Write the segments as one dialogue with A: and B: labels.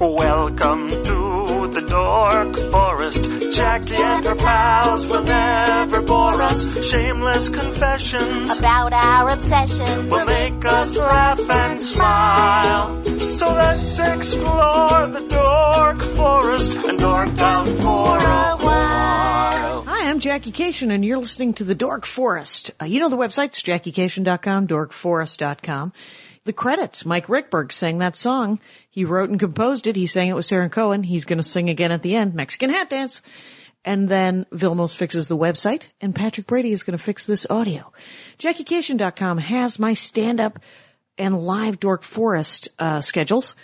A: Welcome to the Dork Forest. Jackie and her pals will never bore us. Shameless confessions
B: about our obsession.
A: will make us laugh and smile. So let's explore the Dork Forest and dork out for a while.
C: Hi, I'm Jackie Cation, and you're listening to The Dork Forest. Uh, you know the websites, jackiecation.com, dorkforest.com. The credits, Mike Rickberg sang that song. He wrote and composed it. He sang it with Sarah Cohen. He's going to sing again at the end, Mexican Hat Dance. And then Vilmos fixes the website, and Patrick Brady is going to fix this audio. JackieCation.com has my stand-up and live Dork Forest uh, schedules,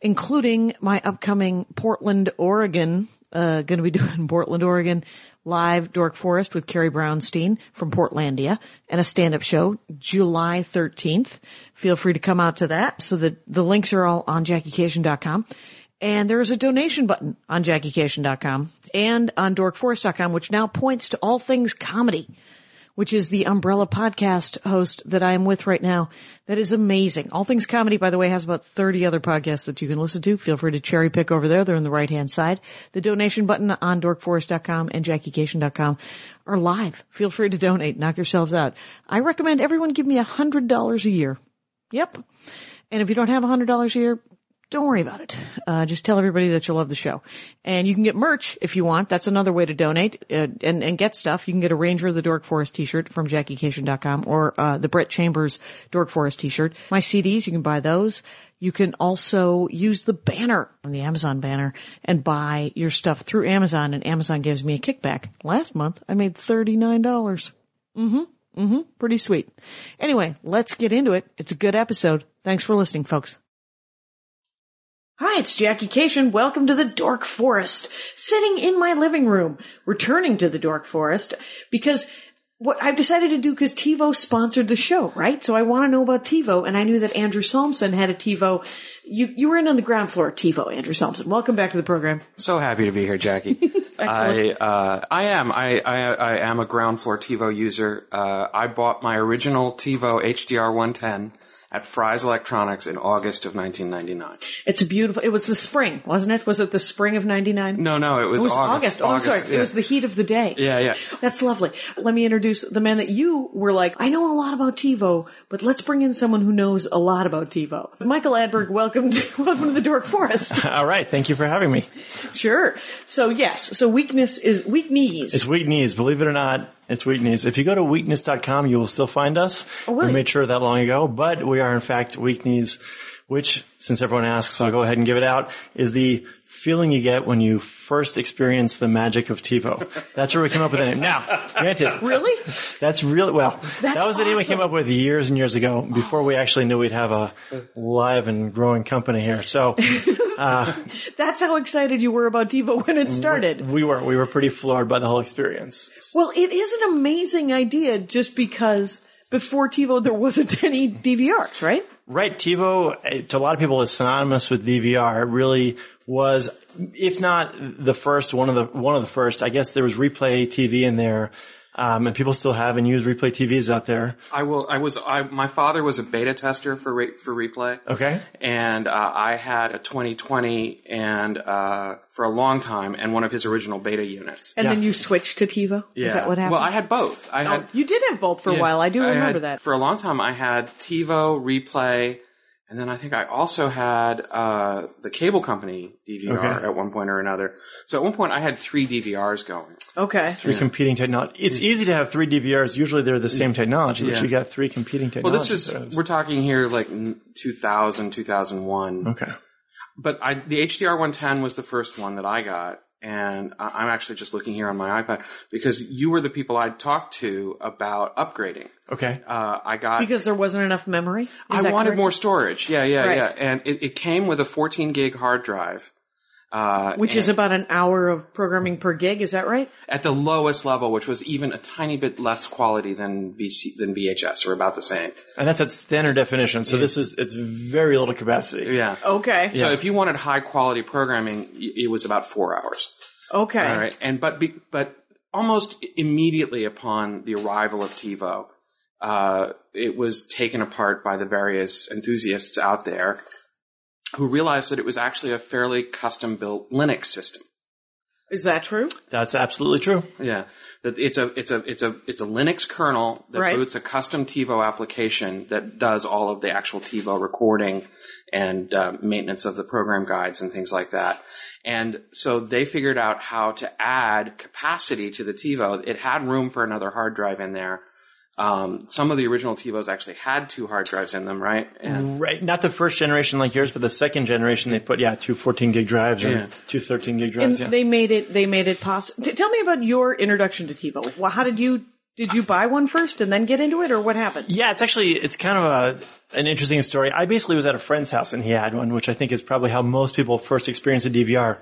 C: including my upcoming Portland, Oregon. Uh, going to be doing Portland, Oregon live Dork Forest with Carrie Brownstein from Portlandia and a stand-up show July 13th. Feel free to come out to that. So that the links are all on JackieCation.com. And there is a donation button on JackieCation.com and on DorkForest.com, which now points to all things comedy which is the umbrella podcast host that I am with right now. That is amazing. All Things Comedy, by the way, has about 30 other podcasts that you can listen to. Feel free to cherry pick over there. They're on the right hand side. The donation button on dorkforest.com and jackiecation.com are live. Feel free to donate. Knock yourselves out. I recommend everyone give me a hundred dollars a year. Yep. And if you don't have a hundred dollars a year, don't worry about it. Uh, just tell everybody that you love the show, and you can get merch if you want. That's another way to donate uh, and and get stuff. You can get a Ranger of the Dork Forest T-shirt from JackieCation.com or uh, the Brett Chambers Dork Forest T-shirt. My CDs, you can buy those. You can also use the banner on the Amazon banner and buy your stuff through Amazon, and Amazon gives me a kickback. Last month, I made thirty nine dollars. Mm-hmm. Mm-hmm. Pretty sweet. Anyway, let's get into it. It's a good episode. Thanks for listening, folks. Hi, it's Jackie Cation. Welcome to the Dork Forest. Sitting in my living room, returning to the Dork Forest because what I've decided to do because TiVo sponsored the show, right? So I want to know about TiVo, and I knew that Andrew Salmson had a TiVo. You you were in on the ground floor at TiVo, Andrew Salmson. Welcome back to the program.
D: So happy to be here, Jackie. I uh, I am I, I I am a ground floor TiVo user. Uh, I bought my original TiVo HDR 110 at Fry's Electronics in August of 1999.
C: It's a beautiful. It was the spring, wasn't it? Was it the spring of '99?
D: No, no, it was,
C: It was
D: August.
C: August. Oh, I'm sorry.
D: yeah.
C: It was the heat of the day.
D: yeah, yeah.
C: That's lovely. Let me introduce the man that you were like, I know a lot about TiVo, but let's bring in someone who knows a lot about TiVo. Michael Adberg, welcome to, welcome to the Dork Forest.
E: All right, thank you for having me.
C: sure. So yes, so weakness is weak knees.
E: It's Weak Knees, believe it or not, it's Weak Knees. If you go to weakness.com, you will still find us.
C: Oh, really?
E: We made sure that long ago, but we are in fact Weak Knees, which, since everyone asks, I'll go ahead and give it out, is the feeling you get when you first experience the magic of TiVo. That's where we came up with the name. Now, granted.
C: really?
E: That's really, well, that was the name we
C: awesome.
E: came up with years and years ago before we actually knew we'd have a live and growing company here. So
C: That's how excited you were about TiVo when it started.
D: Mm-hmm.
E: we were, we were pretty floored by the whole experience.
C: Well, it is an amazing idea just because before TiVo there wasn't any DVRs, right?
E: Right, TiVo eh, to a lot of people is synonymous with DVR. It really was, if not the first, one of the one of the first. I guess there was Replay TV in there, um, and people still have and use Replay TVs out there.
D: I will. I was. I, my father was a beta tester for re, for replay.
E: Okay,
D: and uh, I had a 2020 and uh, for a long time, and one of his original beta units.
C: And
E: Yeah.
C: then you switched to TiVo. Is that what happened? Oh.
D: Well, I had both. I had
C: you did have both for a
D: Yeah.
C: while. I do remember
D: had-
C: that.
D: For a long time, I had TiVo, Replay, and then I think I also had uh, the cable company DVR
E: Okay.
D: at one point or another. So at one point, I had three DVRs going.
C: okay.
E: three competing technology. It's easy to have three DVRs. Usually they're the same technology, but
D: Yeah.
E: you got three competing
D: Well,
E: technologies.
D: this is
E: So it's-
D: we're talking here like n- 2000, 2001.
E: okay.
D: But I, the HDR 110 was the first one that I got. And I- I'm actually just looking here on my iPad because you were the people I talked to about upgrading.
E: Okay.
D: Uh, I got
C: Because there wasn't enough memory. Is
D: I
C: that
D: wanted
C: correct?
D: more storage. Yeah, yeah,
C: Right.
D: yeah. And it, it came with a 14 gig hard drive, uh,
C: which is
D: and-
C: about an hour of programming per gig. Is that right?
D: at the lowest level, which was even a tiny bit less quality than VC than VHS, or about the same.
E: And that's at standard definition. So this is it's very little capacity.
D: Yeah.
C: Okay.
D: So if you wanted high quality programming, y- it was about four hours.
C: Okay.
D: All right, and but be, but almost immediately upon the arrival of TiVo, uh, it was taken apart by the various enthusiasts out there, who realized that it was actually a fairly custom built Linux system.
C: Is that true?
E: That's absolutely true.
D: Yeah, that it's a it's a it's a it's a Linux kernel that
C: Right.
D: boots a custom TiVo application that does all of the actual TiVo recording and uh, maintenance of the program guides and things like that. And so they figured out how to add capacity to the TiVo. It had room for another hard drive in there. Um, some of the original TiVos actually had two hard drives in them, right? And
E: Right. Not the first generation like yours, but the second generation they put, yeah, two 14 gig drives
D: Yeah.
E: or two 13 gig
C: And
E: drives. yeah.
C: they made it. They made it possible. Tell me about your introduction to TiVo. Well, how did you? Did you buy one first and then get into it, or what happened?
E: Yeah, it's actually it's kind of a an interesting story. I basically was at a friend's house and he had one, which I think is probably how most people first experience a DVR.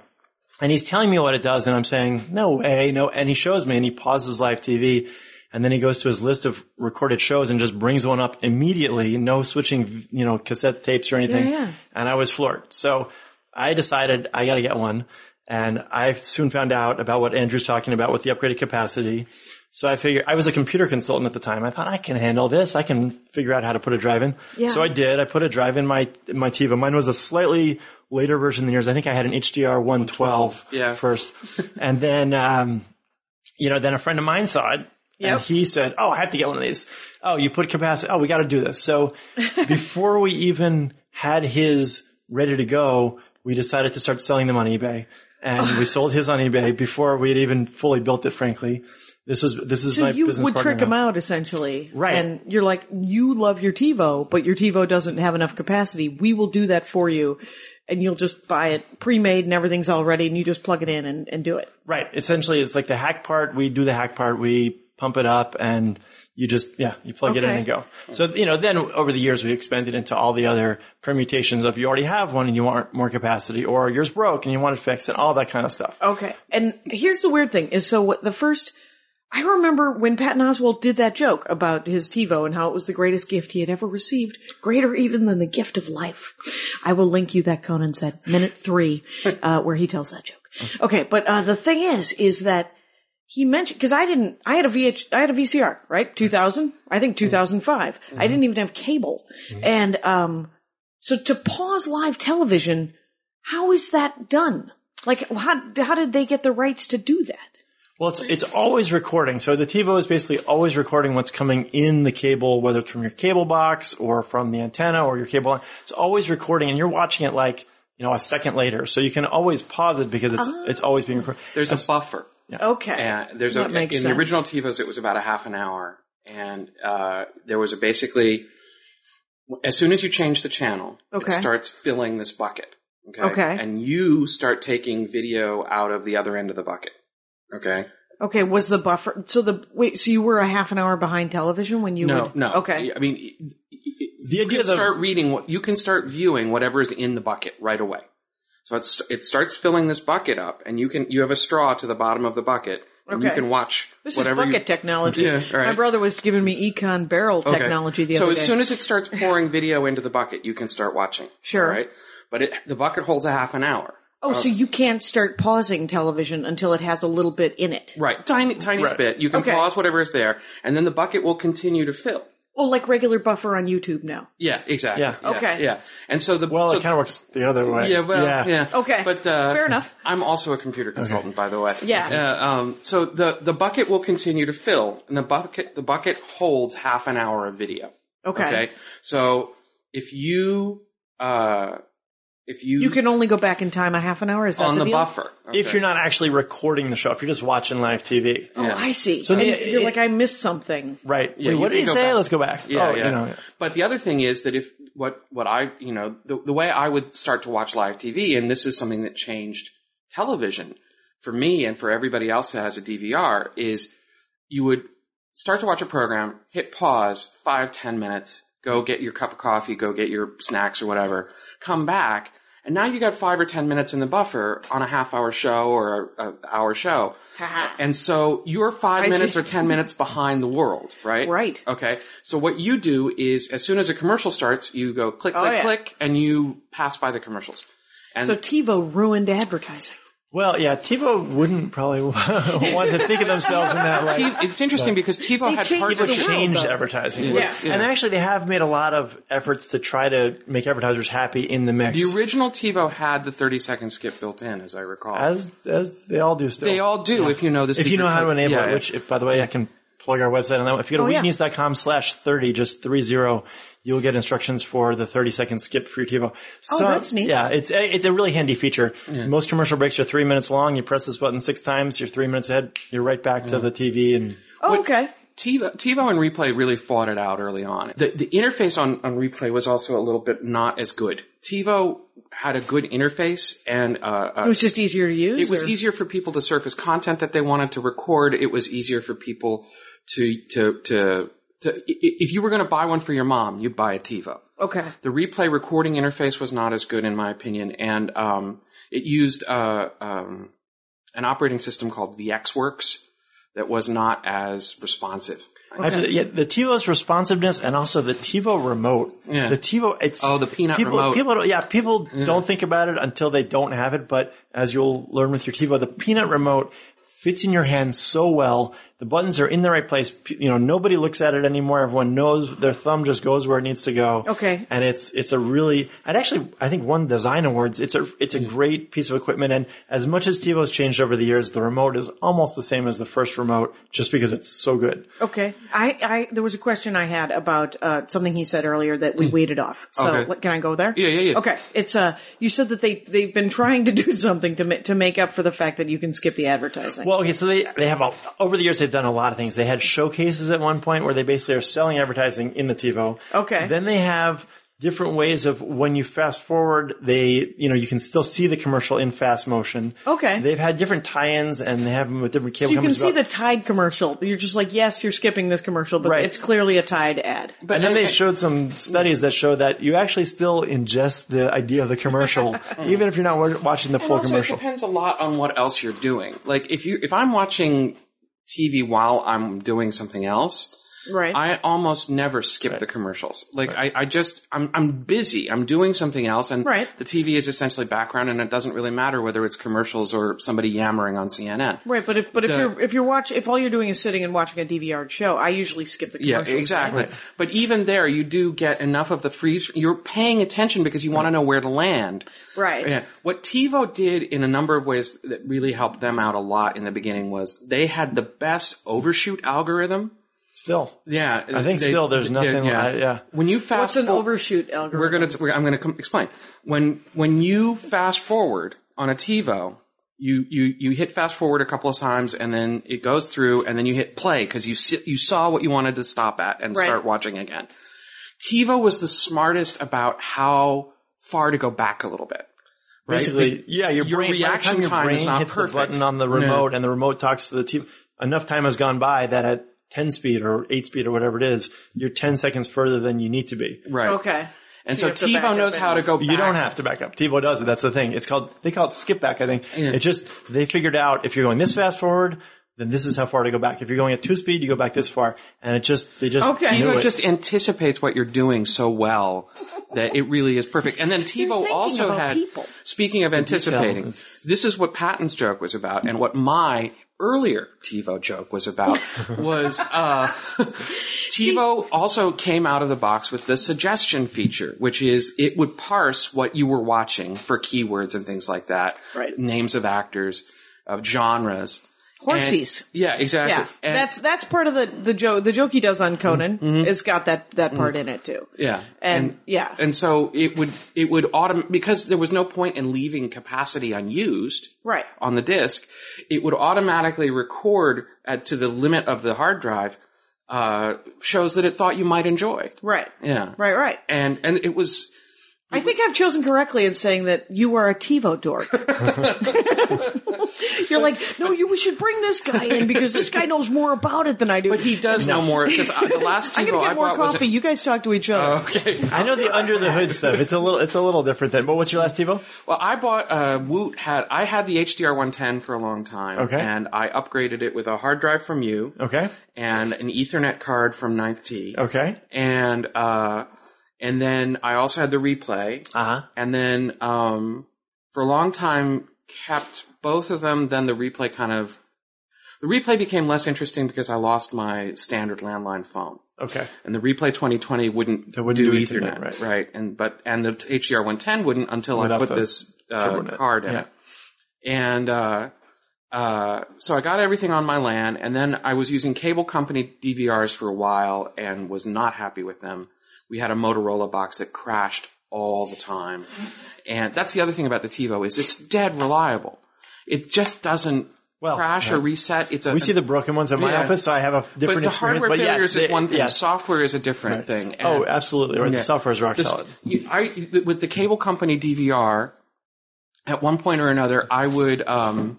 E: And he's telling me what it does, and I'm saying, "No way, no." And he shows me, and he pauses live TV, and then he goes to his list of recorded shows and just brings one up immediately, no switching, you know, cassette tapes or anything.
C: yeah.
E: And I was floored. So I decided I got to get one, and I soon found out about what Andrew's talking about with the upgraded capacity. So I figured I was a computer consultant at the time. I thought I can handle this. I can figure out how to put a drive in.
C: Yeah.
E: So I did. I put a drive in my my TiVo. Mine was a slightly later version than yours. I think I had an HDR 112
D: Yeah.
E: first, and then um, you know, then a friend of mine saw it.
C: Yep.
E: And he said, "Oh, I have to get one of these. Oh, you put capacity. Oh, we got to do this." So before we even had his ready to go, we decided to start selling them on eBay, and we sold his on eBay before we had even fully built it. Frankly, this was this is
C: So
E: my
C: you
E: business
C: would
E: partner
C: trick
E: now.
C: them out essentially,
E: Right.
C: And you're like, you love your TiVo, but your TiVo doesn't have enough capacity. We will do that for you, and you'll just buy it pre-made and everything's all ready, and you just plug it in and, and do it.
E: Right. Essentially, it's like the hack part. We do the hack part. We pump it up and you just, yeah, you plug it in
C: Okay.
E: and go. So, you know, then over the years, we expanded into all the other permutations of you already have one and you want more capacity or yours broke and you want it fixed and all that kind of stuff.
C: Okay. And here's the weird thing is so what the first I remember when Patton Oswald did that joke about his TiVo and how it was the greatest gift he had ever received, greater even than the gift of life. I will link you that Conan said, minute three, uh, where he tells that joke. Okay, but uh, the thing is, is that he mentioned because I didn't. I had a VH. I had a VCR, right? Two thousand. I think two I didn't even have cable, and um, so to pause live television, how is that done? Like, how how did they get the rights to do that?
E: Well, it's, it's always recording. So the TiVo is basically always recording what's coming in the cable, whether it's from your cable box or from the antenna or your cable line. It's always recording and you're watching it like, you know, a second later. So you can always pause it because it's, it's always being recorded.
D: there's a buffer.
C: Okay,
D: And there's a,
C: That makes
D: in the
C: sense.
D: original TiVos, it was about a half an hour, and uh, there was a basically as soon as you change the channel,
C: Okay.
D: it starts filling this bucket. Okay?
C: Okay.
D: and you start taking video out of the other end of the bucket. Okay,
C: okay. Was the buffer so the wait? So you were a half an hour behind television when you
D: no,
C: would,
D: no.
C: okay.
D: I mean, y- y-
E: The
D: you
E: idea
D: can
E: that
D: start reading what you can start viewing whatever is in the bucket right away. So it's it starts filling this bucket up, and you can you have a straw to the bottom of the bucket, and you
C: Okay.
D: can watch
C: This
D: whatever
C: is
D: you-
C: bucket technology.
D: Yeah, all right.
C: My brother was giving me econ barrel
D: Okay.
C: technology the
D: so
C: other
D: as
C: day.
D: soon as it starts pouring video into the bucket, you can start watching.
C: Sure.
D: all Right? But it, the bucket holds a half an hour.
C: oh, so you can't start pausing television until it has a little bit in it.
D: Right. Tiny, tiny
E: Right.
D: bit. You can
C: Okay.
D: pause whatever is there, and then the bucket will continue to fill.
C: Well, Oh, like regular buffer on YouTube now.
D: Yeah, exactly.
E: Yeah.
C: Okay.
D: Yeah. And so the
E: Well,
D: so,
E: it kind of works the other way.
D: Yeah, well, yeah.
C: Okay.
D: But uh,
C: Fair enough.
D: I'm also a computer consultant, by the way.
C: Yeah.
D: Uh, um, so the the bucket will continue to fill, and the bucket the bucket holds half an hour of video.
C: Okay.
D: So if you uh, if you
C: You can only go back in time a half an hour. Is that
D: on
C: the,
D: the,
C: deal?
D: buffer
E: If you're not actually recording the show, if you're just watching live TV.
C: Oh, I see.
E: So
C: And
E: the-
C: you're
E: it-
C: like, I missed something.
E: Right.
D: Yeah,
E: Wait,
D: you
E: what did
D: can
E: he
D: go
E: say?
D: back.
E: Let's go back.
D: Yeah,
E: oh,
D: yeah.
E: you know.
D: But the other thing is that if what what I you know the the way I would start to watch live TV, and this is something that changed television for me and for everybody else that has a DVR, is you would start to watch a program, hit pause, five ten minutes, go get your cup of coffee, go get your snacks or whatever, come back, and now you got five or ten minutes in the buffer on a half hour show or a, a hour show. And so you're five
C: I see.
D: minutes or ten minutes behind the world, right?
C: Right.
D: Okay. So what you do is as soon as a commercial starts, you go click,
C: Oh,
D: click,
C: yeah.
D: click, and you pass by the commercials. And
C: So TiVo ruined advertising.
E: Well, yeah, TiVo wouldn't probably want to think of themselves in that light.
D: T- it's interesting because TiVo
C: They
D: had
C: changed the
E: They've
D: partnerships.
C: world.
E: changed
C: though.
E: advertising.
C: Yes.
E: And actually, they have made a lot of efforts to try to make advertisers happy in the mix.
D: The original TiVo had the 30 second skip built in, as I recall.
E: as as they all do still.
D: they all do if you know the
E: if you
D: secret
E: know how to
D: code.
E: enable
D: Yeah,
E: it,
D: yeah.
E: which, if, by the way, I can plug our website on that. one. If you go
C: Oh,
E: to
C: yeah.
E: weeknews.com slash 30, just 30, you'll get instructions for the 30 second skip for your TiVo.
D: Oh,
E: So,
C: that's neat.
E: Yeah, it's a, it's a really handy feature. Most commercial breaks are three minutes long. You press this button six times, you're three minutes ahead, you're right back to the TV and
C: Oh, okay.
D: TiVo, TiVo and Replay really fought it out early on. The, the interface on, on Replay was also a little bit not as good. TiVo had a good interface and uh, uh,
C: It was just easier to use.
D: it was
C: or-
D: easier for people to surface content that they wanted to record. It was easier for people to to to, to i- i- if you were going to buy one for your mom, you'd buy a TiVo.
C: Okay.
D: The replay recording interface was not as good, in my opinion, and um, it used uh, um, an operating system called VXWorks that was not as responsive.
E: Actually, yeah, the TiVo's responsiveness and also the TiVo remote.
D: Yeah.
E: The TiVo, it's
D: Oh, the peanut
E: people,
D: remote.
E: People, don't- yeah, people don't think about it until they don't have it. But as you'll learn with your TiVo, the peanut remote fits in your hand so well. The buttons are in the right place. P- You know, nobody looks at it anymore. Everyone knows their thumb just goes where it needs to go.
C: Okay.
E: And it's it's a really and actually I think one design awards. It's a it's a great piece of equipment. And as much as TiVo's changed over the years, the remote is almost the same as the first remote, just because it's so good.
C: Okay. I, I, there was a question I had about, uh, something he said earlier that we weeded off. So
D: Hmm. Okay.
C: what- can I go there?
D: Yeah, yeah, yeah.
C: Okay. It's, uh, you said that they, they've been trying to do something to, ma- to make up for the fact that you can skip the advertising.
E: Well, okay, so they they have a, over the years they've done a lot of things. They had showcases at one point where they basically are selling advertising in the TiVo.
C: Okay.
E: Then they have different ways of when you fast forward, they you know you can still see the commercial in fast motion.
C: Okay.
E: They've had different tie-ins and they have them with different cable
C: so you can
E: companies.
C: see
E: about-
C: the Tide commercial. You're just like, yes, you're skipping this commercial, but
E: Right.
C: it's clearly a Tide ad.
E: and then they showed some studies that show that you actually still ingest the idea of the commercial, even if you're not wa- watching the full
D: also,
E: commercial.
D: It depends a lot on what else you're doing. Like if you if I'm watching TV while I'm doing something else,
C: Right.
D: I almost never skip the commercials. Like I, I just I'm I'm busy. I'm doing something else, and
C: Right.
D: the TV is essentially background, and it doesn't really matter whether it's commercials or somebody yammering on CNN.
C: Right, but if but if
D: The-
C: you're if you're watch if all you're doing is sitting and watching a DVR show, I usually skip the
D: Yeah,
C: commercials.
D: exactly. But even there, you do get enough of the freeze. You're paying attention because you want to know where to land.
C: Right.
D: Yeah. What TiVo did in a number of ways that really helped them out a lot in the beginning was they had the best overshoot algorithm.
E: still,
D: Yeah.
E: I think still there's nothing.
D: yeah.
E: like- yeah.
D: When you fast
C: What's an
D: forward-
C: overshoot algorithm?
D: we're gonna. We're, I'm gonna com- explain. When when you fast forward on a TiVo, you you you hit fast forward a couple of times, and then it goes through, and then you hit play because you si- you saw what you wanted to stop at and
C: Right.
D: start watching again. TiVo was the smartest about how far to go back a little bit. Right?
E: Basically, yeah, your,
D: your
E: brain, by the
D: reaction
E: time your
D: time
E: brain
D: is not
E: hits
D: perfect.
E: the button on the
D: No.
E: remote and the remote talks to the TV. Enough time has gone by that at 10 speed or 8 speed or whatever it is, you're 10 seconds further than you need to be.
D: right.
C: Okay.
D: And
C: you
D: so,
C: have to back
D: TiVo
C: up
D: knows
C: and-
D: how to go. back.
E: You don't have to back up. TiVo does it. That's the thing. It's called, they call it skip back, I think. It just, they figured out if you're going this fast forward, then this is how far to go back. If you're going at 2 speed, you go back this far. And it just, they just,
C: Okay.
E: knew
D: TiVo
E: it.
D: just anticipates what you're doing so well that it really is perfect. And then TiVo
C: thinking
D: also
C: about
D: had,
C: people.
D: speaking of anticipating, this is what Patton's joke was about and what my earlier TiVo joke was about was, uh, TiVo also came out of the box with the suggestion feature, which is it would parse what you were watching for keywords and things like that.
C: Right.
D: Names of actors, of genres. And-
C: Horsies.
D: yeah, exactly.
C: yeah,
D: And- Mm-hmm.
C: that's that's part of the the joke the joke he does on Conan has got that that part in it too.
D: Yeah,
C: And- yeah.
D: and so it would it would autom because there was no point in leaving capacity unused
C: Right.
D: on the disk. It would automatically record at to the limit of the hard drive uh, shows that it thought you might enjoy.
C: Right.
D: Yeah,
C: Right. Right.
D: And and it was
C: I think I've chosen correctly in saying that you are a TiVo dork. You're like, no, you, we should bring this guy in because this guy knows more about it than I do.
D: but he does know more because the last
C: I'm gonna
D: TiVo I
C: get more
D: bought was Oh,
C: coffee. You guys talk to each other.
D: okay.
E: I know the under the hood stuff. It's a little, it's a little different than, but what's your last TiVo?
D: Well, I bought uh, Woot had I had the HDR 110 for a long time.
E: Okay.
D: and I upgraded it with a hard drive from you.
E: Okay.
D: and an Ethernet card from 9th T.
E: Okay.
D: and uh, and then I also had the replay,
E: Uh huh.
D: and then um, for a long time kept both of them. Then the replay kind of the replay became less interesting because I lost my standard landline phone.
E: Okay.
D: And the replay 2020 wouldn't,
E: That
D: do,
E: wouldn't do
D: Ethernet,
E: Ethernet,
D: right?
E: right.
D: And but and the HDR 110 wouldn't until
E: Without
D: I put
E: the
D: this uh,
E: turbo net.
D: card in
E: Yeah.
D: it. And uh, uh, so I got everything on my LAN, and then I was using cable company DVRs for a while and was not happy with them. We had a Motorola box that crashed all the time, and that's the other thing about the TiVo is it's dead reliable. It just doesn't
E: Well,
D: crash or
E: yeah.
D: reset. It's a
E: We see the broken ones at my
D: Yeah.
E: office, so I have a f- different
D: but the
E: experience.
D: hardware
E: but yes,
D: failures is
E: they-
D: one thing.
E: yes.
D: Software is a different thing. And
E: Oh, absolutely. Right. The software is rock
D: this-
E: solid.
D: you- I, with the cable company DVR, at one point or another, I would um,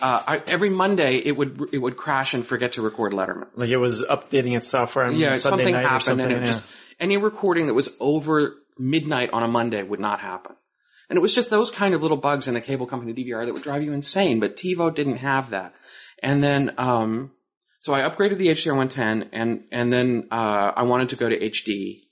D: uh, I, every Monday it would it would crash and forget to record Letterman.
E: Like it was updating its software on
D: Yeah,
E: Sunday
D: something
E: night
D: happened,
E: or something.
D: and it
E: yeah.
D: just any recording that was over midnight on a Monday would not happen. And it was just those kind of little bugs in the cable company DVR that would drive you insane. But TiVo didn't have that. And then, um, so I upgraded the HDR 110, and and then uh, I wanted to go to HD,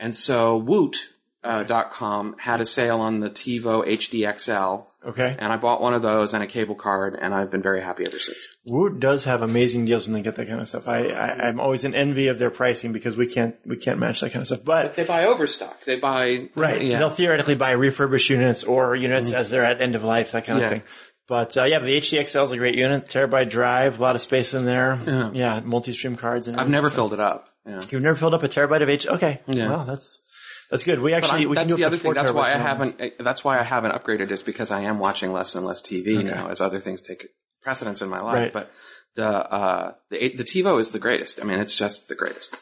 D: and so Woot. Uh, dot com had a sale on the TiVo HD XL,
E: okay.
D: and I bought one of those and a cable card, and I've been very happy ever since.
E: Woot does have amazing deals when they get that kind of stuff. I, I I'm always in envy of their pricing because we can't we can't match that kind of stuff. But
D: They buy overstock. They buy
E: right,
D: Yeah. Mm-hmm.
E: they'll theoretically buy refurbished units or units as they're at end of life, that kind
D: Yeah.
E: of thing. But uh, yeah, but the HDXL is a great unit, terabyte drive, a lot of space in there. Yeah, multi-stream cards. And
D: I've
E: everything,
D: never
E: so-
D: filled it up. Yeah.
E: You've never filled up a terabyte of H. Okay,
D: Yeah.
E: wow, that's that's good. We
D: But
E: actually
D: I'm-
E: we can
D: that's the
E: do up to
D: other thing.
E: four
D: That's why
E: terabytes
D: I
E: now.
D: haven't. uh, That's why I haven't upgraded is because I am watching less and less TV now as other things take precedence in my life.
E: Right.
D: But the uh, the the TiVo is the greatest. I mean, it's just the greatest.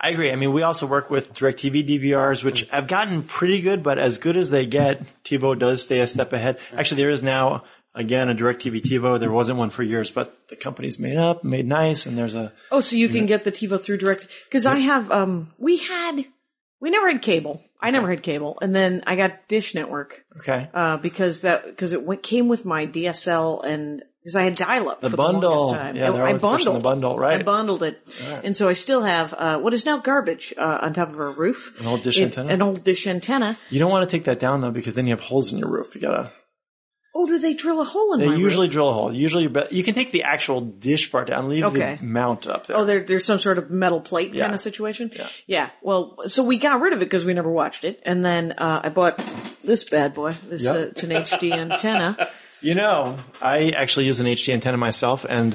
E: I agree. I mean, we also work with DirecTV DVRs, which have gotten pretty good, but as good as they get, TiVo does stay a step ahead. Actually, there is now, again, a DirecTV TiVo. There wasn't one for years, but the company's made up, made nice, and there's a,
C: Oh, so you can get the TiVo through direct. Cause I have, um, we had, we never had cable. I never had cable. And then I got Dish Network,
E: okay.
C: uh, because that, cause it went, came with my DSL and, cause I had dial up.
E: The bundle.
C: time.
E: Yeah,
C: I-
E: they're
C: I,
E: always pushing
C: bundled.
E: the bundle, right.
C: I bundled it. And so I still have, uh, what is now garbage, uh, on top of our roof. An
E: old dish antenna?
C: An old dish antenna.
E: You don't want to take that down though, because then you have holes in your roof. You gotta,
C: Oh, do they drill a hole in
E: they
C: my roof?
E: usually drill a hole. Usually, but you can take the actual dish part down, leave
C: Okay.
E: the mount up there.
C: Oh, there, there's some sort of metal plate
E: Yeah.
C: kind of situation.
E: Yeah.
C: Well, so we got rid of it because we never watched it, and then uh, I bought this bad boy. This
E: Yep.
C: uh, it's an HD antenna.
E: You know, I actually use an HD antenna myself, and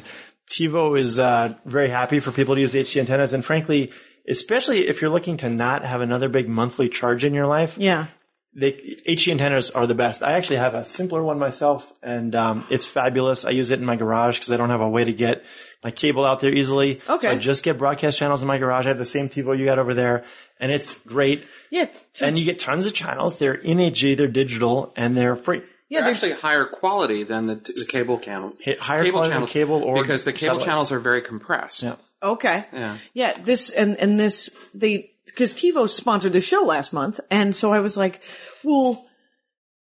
E: TiVo is uh, very happy for people to use HD antennas. And frankly, especially if you're looking to not have another big monthly charge in your life,
C: Yeah.
E: they, HD antennas are the best. I actually have a simpler one myself, and um, it's fabulous. I use it in my garage because I don't have a way to get my cable out there easily.
C: Okay.
E: So I just get broadcast channels in my garage. I have the same TiVo you got over there, and it's great.
C: Yeah. So,
E: And you get tons of channels. They're in HD, they're digital, and they're free.
C: yeah.
D: They're
C: There's,
D: actually higher quality than the, the cable channel.
E: Hi- higher quality than cable or
D: because the cable
E: satellite.
D: channels are very compressed.
E: Yeah.
C: okay.
D: Yeah.
C: Yeah. This and and this they because TiVo sponsored the show last month, and so I was like, well.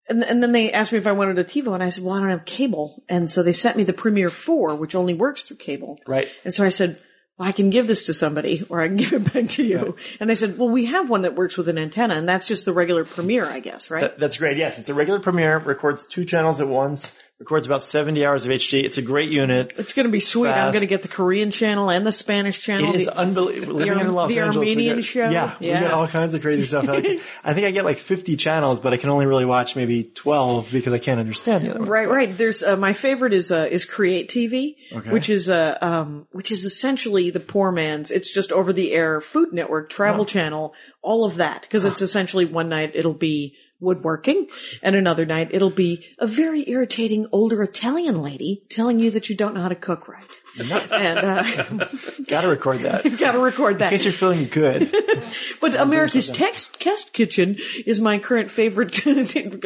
C: And, and then they asked me if I wanted a TiVo, and I said, "Well, I don't have cable." And so they sent me the Premiere Four, which only works through cable.
E: Right.
C: And so I said, well, I can give this to somebody or I can give it back to you. And they said, well, we have one that works with an antenna and that's just the regular premiere, I guess, right?
E: That- that's great. Yes, it's a regular premiere. Records two channels at once. Records about seventy hours of HD. It's a great unit.
C: it's going to be sweet. I'm
E: fast.
C: going to get the Korean channel and the Spanish channel.
E: It is
C: The-
E: unbelievable. Living
C: Ar-
E: in Los
C: the
E: Angeles, we
C: Armenian
E: get-
C: show?
E: Yeah,
C: Yeah.
E: we get all kinds of crazy stuff. I, I think I get like fifty channels, but I can only really watch maybe twelve because I can't understand the other ones.
C: Right, right. There's uh, my favorite is uh, is Create TV, which is uh, um, which is essentially the poor man's. It's just over the air Food Network, Travel Channel, all of that because
E: Ah.
C: it's essentially one night it'll be woodworking and another night it'll be a very irritating older Italian lady telling you that you don't know how to cook right. And uh,
E: Got to record that in
C: got to record that.
E: case you're feeling good.
C: But America's Text Test Kitchen is my current favorite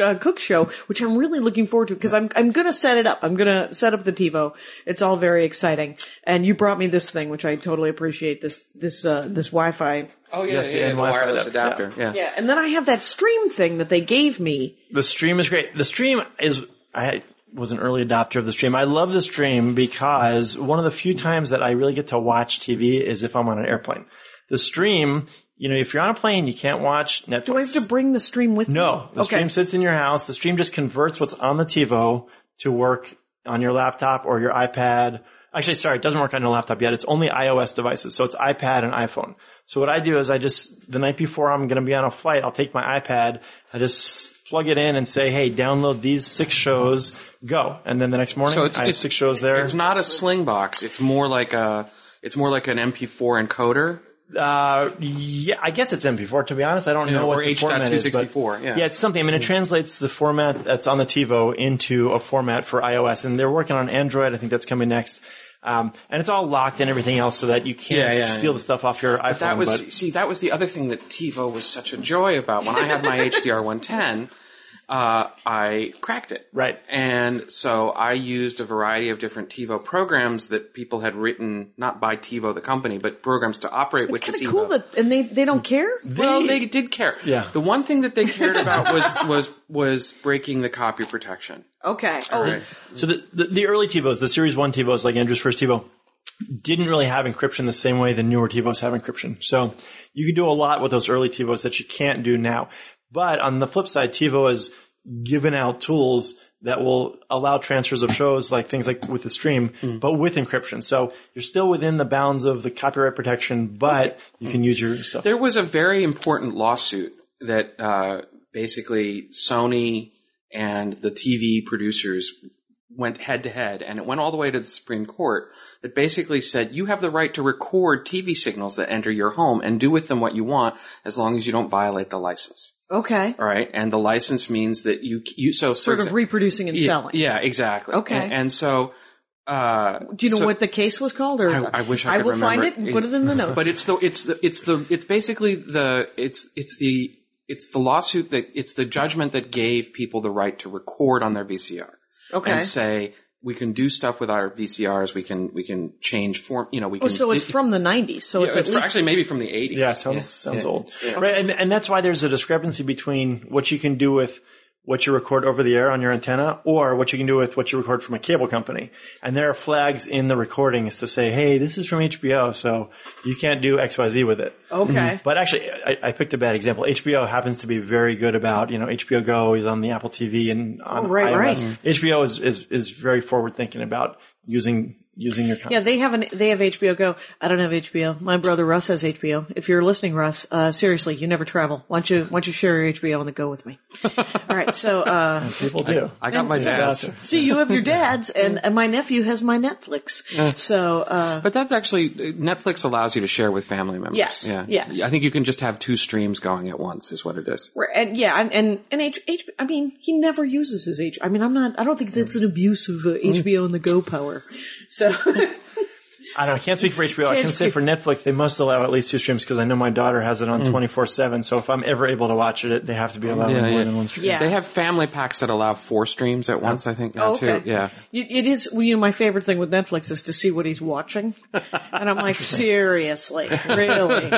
C: uh, cook show, which I'm really looking forward to because I'm I'm gonna set it up. I'm gonna set up the TiVo. It's all very exciting. And you brought me this thing, which I totally appreciate. This this uh, this Wi-Fi.
D: Oh yeah,
E: Yes,
D: yeah,
E: the
D: yeah, the
E: NY
D: wireless
E: for that.
D: adapter. Yeah.
C: Yeah, and then I have that stream thing that they gave me.
E: The stream is great. The stream is I was an early adopter of the stream. I love the stream because one of the few times that I really get to watch TV is if I'm on an airplane. The stream you know, if you're on a plane, you can't watch Netflix.
C: Do I have to bring the stream with me?
E: No, the
C: okay.
E: stream sits in your house. The stream just converts what's on the TiVo to work on your laptop or your iPad. Actually, sorry, it doesn't work on your laptop yet. It's only iOS devices. So it's iPad and iPhone. So what I do is I just, the night before I'm going to be on a flight, I'll take my iPad. I just plug it in and say, Hey, download these six shows. Go. And then the next morning,
D: So it's-
E: I have
D: it's-
E: six shows there.
D: It's not a sling box. It's more like a. It's more like an MP4 encoder.
E: Uh, yeah, I guess it's MP4. To be honest, I don't
D: Yeah,
E: know what
D: or
E: the format is. But
D: H.264, yeah. Mm-hmm.
E: it's something. I mean, it translates the format that's on the TiVo into a format for iOS, and they're working on Android. I think that's coming next. Um, and it's all locked and everything else, so that you can't
D: Yeah, yeah, yeah.
E: steal the stuff off your iPhone.
D: That was
E: but-
D: see. That was the other thing that TiVo was such a joy about. When I had my HDR 110, uh, I cracked it.
E: Right.
D: And so I used a variety of different TiVo programs that people had written, not by TiVo the company, but programs to operate with
C: It's kind
D: the
C: of
D: TiVo.
C: cool that, and they, they don't care?
D: well, they did care.
E: Yeah.
D: The one thing that they cared about was was was breaking the copy protection.
C: Okay. Oh,
E: So the, the, the early TiVos, the Series 1 TiVos, like Andrew's first TiVo, didn't really have encryption the same way the newer TiVos have encryption. So you could do a lot with those early TiVos that you can't do now. But on the flip side, TiVo has given out tools that will allow transfers of shows, like things like with the stream, but with encryption. So you're still within the bounds of the copyright protection, but you can use your stuff.
D: There was a very important lawsuit that uh, basically Sony and the TV producers went head to head, and it went all the way to the Supreme Court. That basically said you have the right to record TV signals that enter your home and do with them what you want, as long as you don't violate the license.
C: Oh, okay.
D: All right, and the license means that you you so for
C: Sort
D: exa-
C: of reproducing and
D: yeah,
C: selling.
D: Yeah, exactly.
C: Okay.
D: and, and so. Uh,
C: Do you know
D: so-
C: what the case was called? Or
D: I- I wish I could
C: will
D: remember
C: find it and
D: it.
C: put it in the notes.
D: But it's the it's the it's the it's basically the it's it's the it's the lawsuit that it's the judgment that gave people the right to record on their VCR
C: okay.
D: and say we can do stuff with our VCRs. We can we can change form. You know, we
C: oh,
D: can.
C: so it's from the 90s. So
D: yeah,
C: it's,
D: it's
C: at
D: fr-
C: least
D: actually maybe from the eighties.
E: Yeah, sounds sounds old. Right, and and that's why there's a discrepancy between what you can do with what you record over the air on your antenna or what you can do with what you record from a cable company. And there are flags in the recordings to say, hey, this is from HBO, so you can't do XYZ with it.
C: okay.
D: Mm-hmm.
E: But actually, I, I picked a bad example. HBO happens to be very good about, you know, HBO Go is on the Apple TV and on
C: Oh, right,
E: iOS.
C: right.
E: HBO is, is, is very forward thinking about using, using your content.
C: Yeah, they have an they have HBO Go. I don't have HBO. My brother Russ has HBO. If you're listening, Russ, uh, seriously, you never travel. Why don't you why don't you share your HBO on the go with me? All right, so uh,
E: People do.
D: I got my dad's.
E: That's-
C: see, you have your dad's, and, and my nephew has my Netflix. So uh,
D: But that's actually Netflix allows you to share with family members.
C: Yes,
D: Yeah.
C: yes.
D: I think you can just have two streams going at once is what it is.
C: we're- and yeah, and and, and H, H, I mean, he never uses his H. I mean, I'm not. I don't think that's an abuse of uh, HBO on the go power. So
E: I don't. know. I can't speak for HBO. I
C: Can't
E: can say
C: speak-
E: for Netflix, they must allow at least two streams because I know my daughter has it on twenty four seven. So if I'm ever able to watch it, they have to be allowing
D: Mm. Yeah,
E: more
D: yeah.
E: than one stream.
C: yeah, Oh,
D: They have family packs that allow four streams at once. I think now
C: okay.
D: too. Yeah.
C: It it is, well, you know, my favorite thing with Netflix is to see what he's watching. And I'm like, seriously, really?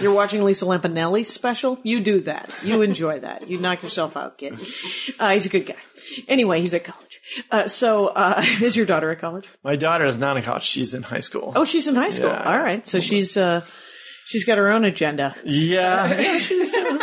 C: You're watching Lisa Lampanelli's special? You do that. You enjoy that. You knock yourself out, kid. Uh, he's a good guy. Anyway, he's at college. Uh, so, uh, is your daughter at college?
E: My daughter is not in college; she's in high school.
C: Oh, she's in high school.
E: Yeah.
C: All right. So she's, uh, she's got her own agenda.
E: yeah, she's, uh,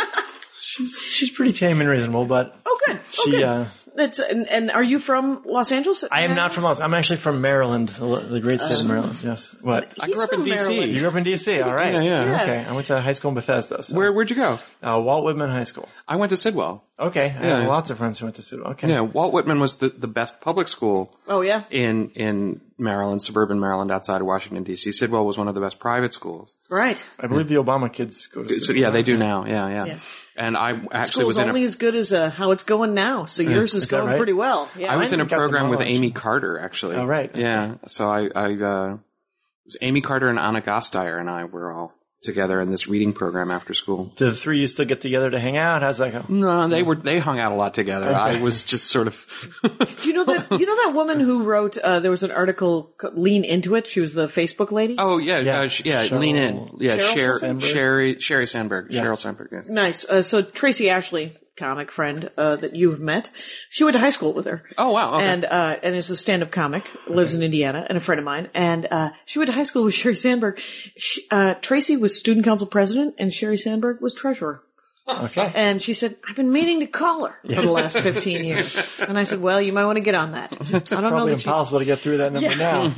E: she's she's pretty tame and reasonable, but
C: Oh, good. Oh,
E: She,
C: good.
E: uh,
C: That's, and, and are you from Los Angeles?
E: I am not from Los. I'm actually from Maryland, the the great state
C: Um,
E: of Maryland. Yes. What?
D: I grew up in
C: from
D: DC.
C: Maryland.
E: You grew up in D.C. All right.
D: Yeah, yeah.
C: Yeah.
E: Okay. I went to high school in Bethesda. So.
D: Where where'd you go?
E: Uh, Walt Whitman High School.
D: I went to Sidwell.
E: Okay. I have
D: Yeah.
E: lots of friends who went to Sidwell. Okay.
D: Yeah, Walt Whitman was the, the best public school
C: Oh, yeah.
D: in in Maryland, suburban Maryland, outside of Washington D.C. Sidwell was one of the best private schools.
C: Right.
E: I believe the Obama kids go to Sidwell.
D: So yeah, they do now. Yeah, yeah.
C: Yeah.
D: And I actually
C: school's
D: was in
C: only
D: a,
C: as good as uh, how it's going now. So yours is,
E: Is that
C: going
E: right?
C: pretty well. Yeah,
D: I was in a
E: got some
D: program with
E: knowledge.
D: Amy Carter actually.
E: Oh, right.
D: Yeah. So I I uh, it was Amy Carter and Anna Gosteyer and I were all together in this reading program after school.
E: Do the three you still get together to hang out? How's that go?
D: No,
E: Hmm.
D: they were they hung out a lot together. I was just sort of
C: you know that you know that woman who wrote. Uh, there was an article, co- "Lean Into It." She was the Facebook lady.
D: Oh yeah,
E: Yeah.
D: yeah, uh, sh- yeah
E: Cheryl-
D: lean in. Yeah,
C: Cheryl
D: Sher-
E: Sandberg?
D: Sherry Sherry Sandberg, Cheryl Sandberg. Yeah.
C: nice. Uh, so Tracy Ashley comic friend uh, that you've met. She went to high school with her.
D: Oh, wow, okay.
C: And uh, and is a stand-up comic, lives in Indiana, and a friend of mine. And uh, she went to high school with Sherry Sandberg. She, uh, Tracy was student council president, and Sherry Sandberg was treasurer.
E: Okay.
C: And she said, I've been meaning to call her for the last 15 years. And I said, well, you might want to get on that. I don't know
E: Probably
C: that you
E: impossible to get through that number now.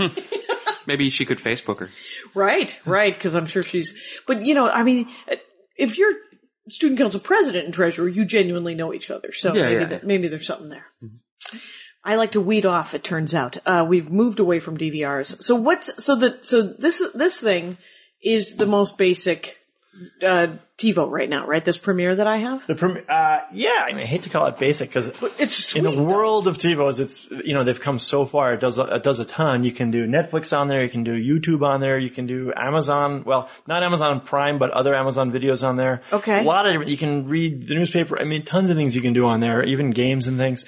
D: Maybe she could Facebook her.
C: Right, right, because I'm sure she's. But you know, I mean, if you're student council president and treasurer, you genuinely know each other. So
D: Yeah, Mm-hmm.
C: maybe
D: yeah.
C: That, maybe there's something there. I like to weed off. It turns out uh, we've moved away from DVRs. So what's so that so this this thing is the most basic uh, TiVo right now, right? This premiere that I have.
E: The prim- uh, yeah, I, mean, I hate to call it basic because
C: It's sweet.
E: in the world of TiVos, it's you know they've come so far. It does it does a ton. You can do Netflix on there. You can do YouTube on there. You can do Amazon. Well, not Amazon Prime, but other Amazon videos on there.
C: Okay.
E: A lot of you can read the newspaper. I mean, tons of things you can do on there, even games and things.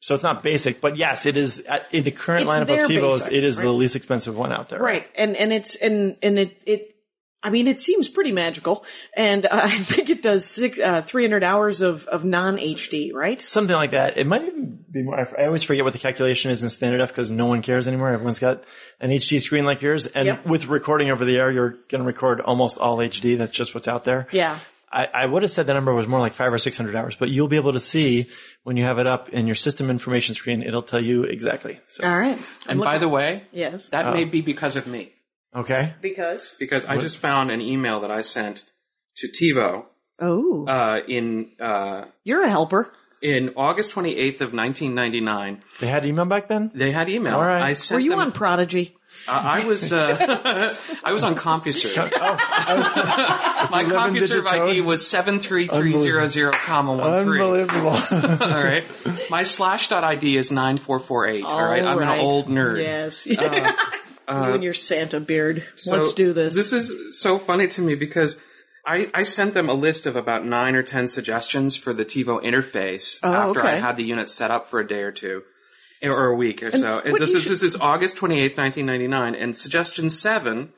E: so it's not basic, but yes, it is at- in the current
C: It's
E: lineup
C: their
E: of TiVos.
C: basic,
E: it is the
C: right.
E: least expensive one out there.
C: Right. And, and it's, and, and it, it, I mean, it seems pretty magical. And uh, I think it does six, uh, 300 hours of, of non HD, right?
E: something like that. It might even be more. I always forget what the calculation is in standard F because no one cares anymore. Everyone's got an HD screen like yours, and
C: Yep.
E: with recording over the air, you're going to record almost all HD. That's just what's out there.
C: Yeah.
E: I, I would have said the number was more like five or six hundred hours, but you'll be able to see when you have it up in your system information screen. It'll tell you exactly. So,
C: All right.
D: And by the way,
C: Yes.
D: that
E: Oh.
D: may be because of me.
E: okay.
C: because.
D: Because I just found an email that I sent to TiVo
C: Oh.
D: uh, in uh,
C: you're a helper.
D: in August 28th of 1999.
E: They had email back then.
D: They had email.
E: All right.
D: I sent
C: Were you
D: them-
C: on Prodigy?
D: I I was uh, I was on CompuServe. My
E: Eleven-digit
D: CompuServe ID
E: code?
D: was seven three three zero zero comma one three. All
E: Unbelievable.
D: right. My slash dot ID is nine four four eight. All right. I'm
C: All right.
D: an old nerd.
C: Yes. you and your Santa beard. Let's
D: Uh, So
C: do this.
D: This is so funny to me because I, I sent them a list of about nine or ten suggestions for the TiVo interface
C: Oh,
D: after I
C: okay.
D: had the unit set up for a day or two. Or a week or so. And
C: what
D: This
C: you
D: is this is August twenty eighth, nineteen ninety nine, and suggestion seven: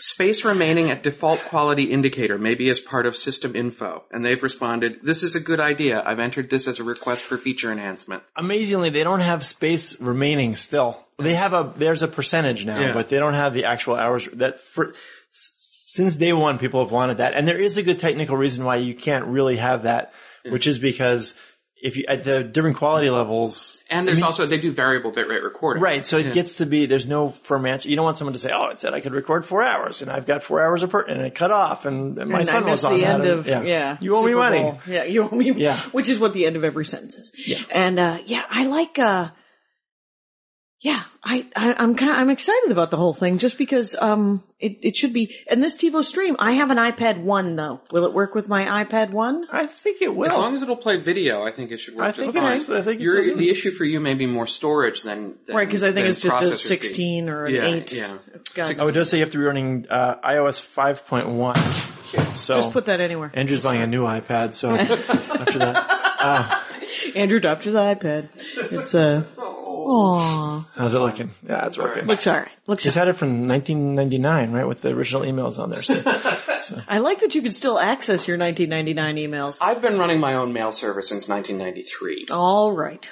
D: space remaining at default quality indicator, maybe as part of system info. And they've responded, "This is a good idea. I've entered this as a request for feature enhancement."
E: amazingly, they don't have space remaining still. They have a, there's a percentage now,
D: Yeah.
E: but they don't have the actual hours that for, s- since day one, people have wanted that. And there is a good technical reason why you can't really have that, which is because if you, at the different quality levels,
D: And there's also they do variable bitrate recording.
E: Right. So it gets to be there's no firm answer. You don't want someone to say, "Oh, it said I could record four hours, and I've got four hours of per, and it cut off, and, and my
C: and
E: son
C: I
E: was
C: missed
E: on
C: the
E: that."
C: end
E: and-
C: of yeah.
E: you owe me
C: Super
E: money.
C: Bowl. Yeah, you owe me.
E: Yeah.
C: which is what the end of every sentence is.
E: Yeah.
C: and uh, yeah, I like. Uh, yeah, I, I I'm kind I'm excited about the whole thing just because um it, it should be and this TiVo stream I have an iPad one though will it work with my iPad one
E: I think it
D: As
C: Oh.
E: will.
D: long as it'll play video, I think it should work.
E: I
D: just
E: think
D: fine.
E: it's- I think it
D: Your-
E: doesn't-
D: the issue for you may be more storage than, than
C: right because I
D: than
C: think it's just
D: processor
C: a
D: speed.
C: sixteen or an
D: Yeah,
C: eight
D: yeah.
C: God,
E: Oh, it does say you have to be running uh, iOS 5.1. So
C: just put that anywhere
E: Andrew's buying a new iPad, so after that,
C: Andrew adopted the iPad it's uh oh
E: how's it looking? Yeah, it's working.
C: looks alright looks
E: He's had it from 1999, right, with the original emails on there. So.
C: I like that you can still access your 1999 emails
D: I've been running my own mail server since 1993.
C: All right.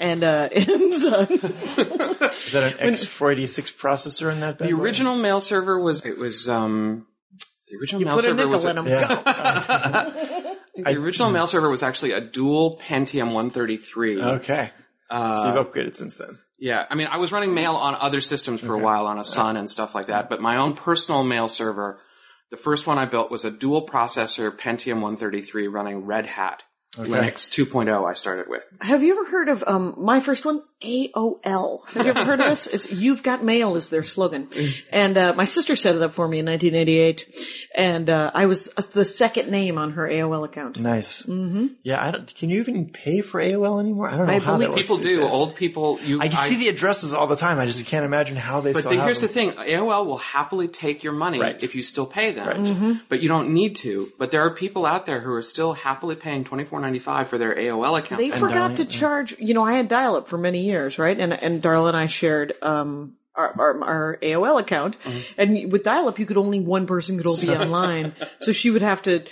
C: And uh, and uh,
E: Is that an X486 processor in that? bad
D: The
E: boy?
D: original mail server was it was um the original mail
C: put a
D: server was
C: nickel in them.
E: Yeah.
D: the original mail server was actually a dual Pentium 133.
E: Okay. so
D: Uh,
E: you've upgraded since then.
D: Yeah, I mean, I was running mail on other systems for a while on a Sun and stuff like that, but my own personal mail server, the first one I built was a dual processor Pentium 133 running Red Hat. Linux 2.0 I started with.
C: Have you ever heard of um, my first one? AOL. Have you ever heard of this? It's "You've Got Mail" is their slogan, and uh, my sister set it up for me in 1988, and uh, I was the second name on her AOL account.
E: Nice. Mm-hmm. Yeah, I don't, can you even pay for AOL anymore? I don't know
C: I
E: how
C: believe
E: that works
D: People
E: these
D: do.
E: days.
D: Old people, you.
E: I can see the addresses all the time. I just can't imagine how they
D: But
E: still
D: the,
E: have
D: here's the thing:
E: them.
D: AOL will happily take your money
E: Right.
D: if you still pay them,
C: Mm-hmm.
D: but you don't need to. But there are people out there who are still happily paying twenty four ninety five for their AOL accounts.
C: They forgot
E: dial-up,
C: to charge. You know, I had dial up for many years, right? And and Darla and I shared um our our, our AOL account, and with dial up, you could only one person could all be online, so she would have to.